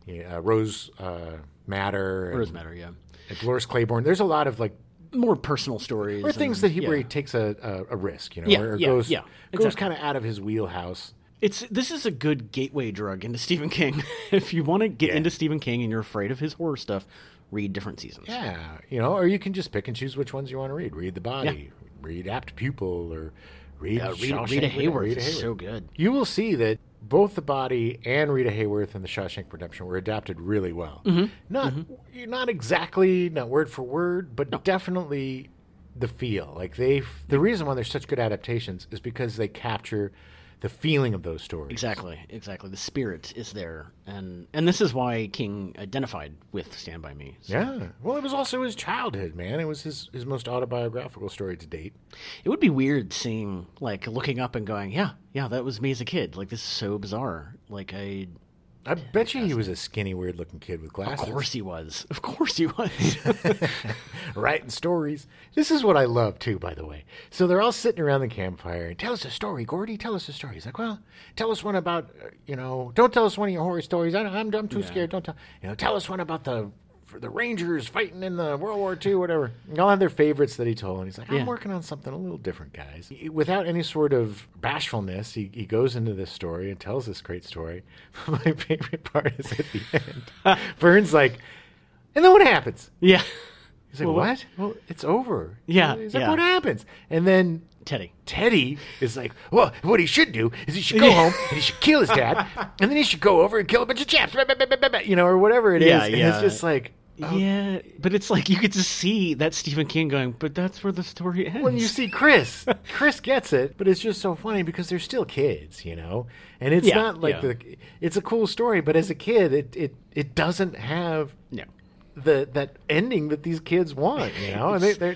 Speaker 1: you know, Rose uh, Matter, and,
Speaker 2: It doesn't matter. Yeah.
Speaker 1: and Dolores Claiborne. There's a lot of like
Speaker 2: More personal stories.
Speaker 1: or things
Speaker 2: and-
Speaker 1: that he
Speaker 2: yeah.
Speaker 1: where he takes a, a, a risk, you know,
Speaker 2: Yeah,
Speaker 1: or
Speaker 2: yeah,
Speaker 1: goes
Speaker 2: yeah,
Speaker 1: goes
Speaker 2: exactly.
Speaker 1: kind of out of his wheelhouse.
Speaker 2: It's this is a good gateway drug into Stephen King. if you want to get
Speaker 1: Yeah.
Speaker 2: into Stephen King and you're afraid of his horror stuff, read different seasons.
Speaker 1: Yeah, you know, or you can just pick and choose which ones you want to read. Read The Body, read Apt Pupil, or read
Speaker 2: Uh, read,
Speaker 1: Shawshank
Speaker 2: Rita
Speaker 1: Redemption-
Speaker 2: Hayworth
Speaker 1: Rita
Speaker 2: is
Speaker 1: Hayworth.
Speaker 2: so good.
Speaker 1: You will see that both The Body and Rita Hayworth and The Shawshank Redemption were adapted really well.
Speaker 2: Mm-hmm.
Speaker 1: Not not exactly, not word for word, but definitely the feel. Like they, f- the reason why they're such good adaptations is because they capture the feeling of those stories.
Speaker 2: Exactly, exactly. The spirit is there, and and this is why King identified with Stand by Me. So
Speaker 1: Yeah. Well, it was also his childhood, man. It was his, his most autobiographical story to date.
Speaker 2: It would be weird seeing, like, looking up and going, "Yeah, yeah, that was me as a kid." Like, this is so bizarre. Like, I,
Speaker 1: I bet you he was a skinny, weird looking kid with
Speaker 2: of
Speaker 1: glasses.
Speaker 2: course he was, of course he was.
Speaker 1: Writing stories. This is what I love, too, by the way. So they're all sitting around the campfire and tell us a story, Gordy. Tell us a story. He's like, well, tell us one about, uh, you know, don't tell us one of your horror stories. I, I'm, I'm too scared. Don't tell. You know, tell us one about the for the Rangers fighting in the World War II, whatever. And all have their favorites that he told. And he's like, I'm
Speaker 2: Yeah.
Speaker 1: working on something a little different, guys. He- Without any sort of bashfulness, he, he goes into this story and tells this great story. My favorite part is at the end. Vern's like, and then what happens?
Speaker 2: yeah,
Speaker 1: He's like, what? Well, it's over.
Speaker 2: Yeah,
Speaker 1: He's like,
Speaker 2: yeah.
Speaker 1: what happens? And then
Speaker 2: Teddy.
Speaker 1: Teddy is like, well, what he should do is he should go home and he should kill his dad, and then he should go over and kill a bunch of chaps, bah, bah, bah, bah, bah, bah, you know, or whatever it is.
Speaker 2: Yeah,
Speaker 1: And
Speaker 2: yeah.
Speaker 1: it's just like, oh,
Speaker 2: Yeah, but it's like you could just see that Stephen King going, but that's where the story ends.
Speaker 1: when you see Chris, Chris gets it, but it's just so funny because they're still kids, you know, and it's
Speaker 2: Yeah,
Speaker 1: not like
Speaker 2: yeah.
Speaker 1: the, it's a cool story, but as a kid, it it it doesn't have
Speaker 2: yeah.
Speaker 1: the that ending that these kids want, you know, and they, they're.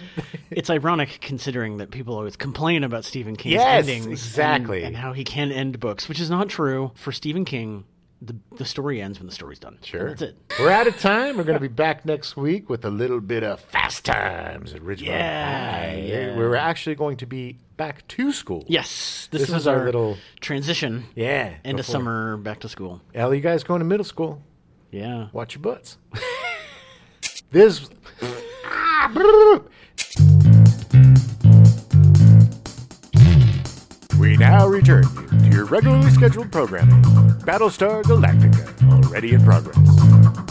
Speaker 2: It's ironic considering that people always complain about Stephen King's
Speaker 1: Yes,
Speaker 2: endings and-
Speaker 1: exactly.
Speaker 2: and, how he can end books, which is not true for Stephen King. The, the story ends when the story's done. And
Speaker 1: Sure.
Speaker 2: that's it.
Speaker 1: We're out of time. We're going to be back next week with a little bit of fast times at Ridgemont
Speaker 2: Yeah,
Speaker 1: High.
Speaker 2: yeah.
Speaker 1: We're actually going to be back to school.
Speaker 2: Yes, this,
Speaker 1: This
Speaker 2: was
Speaker 1: is our
Speaker 2: our
Speaker 1: little-
Speaker 2: transition.
Speaker 1: Yeah.
Speaker 2: End
Speaker 1: before-
Speaker 2: of summer, back to school.
Speaker 1: Al, you guys going to middle school?
Speaker 2: Yeah.
Speaker 1: Watch your butts. this. Ah, We now return you to your regularly scheduled programming. Battlestar Galactica, already in progress.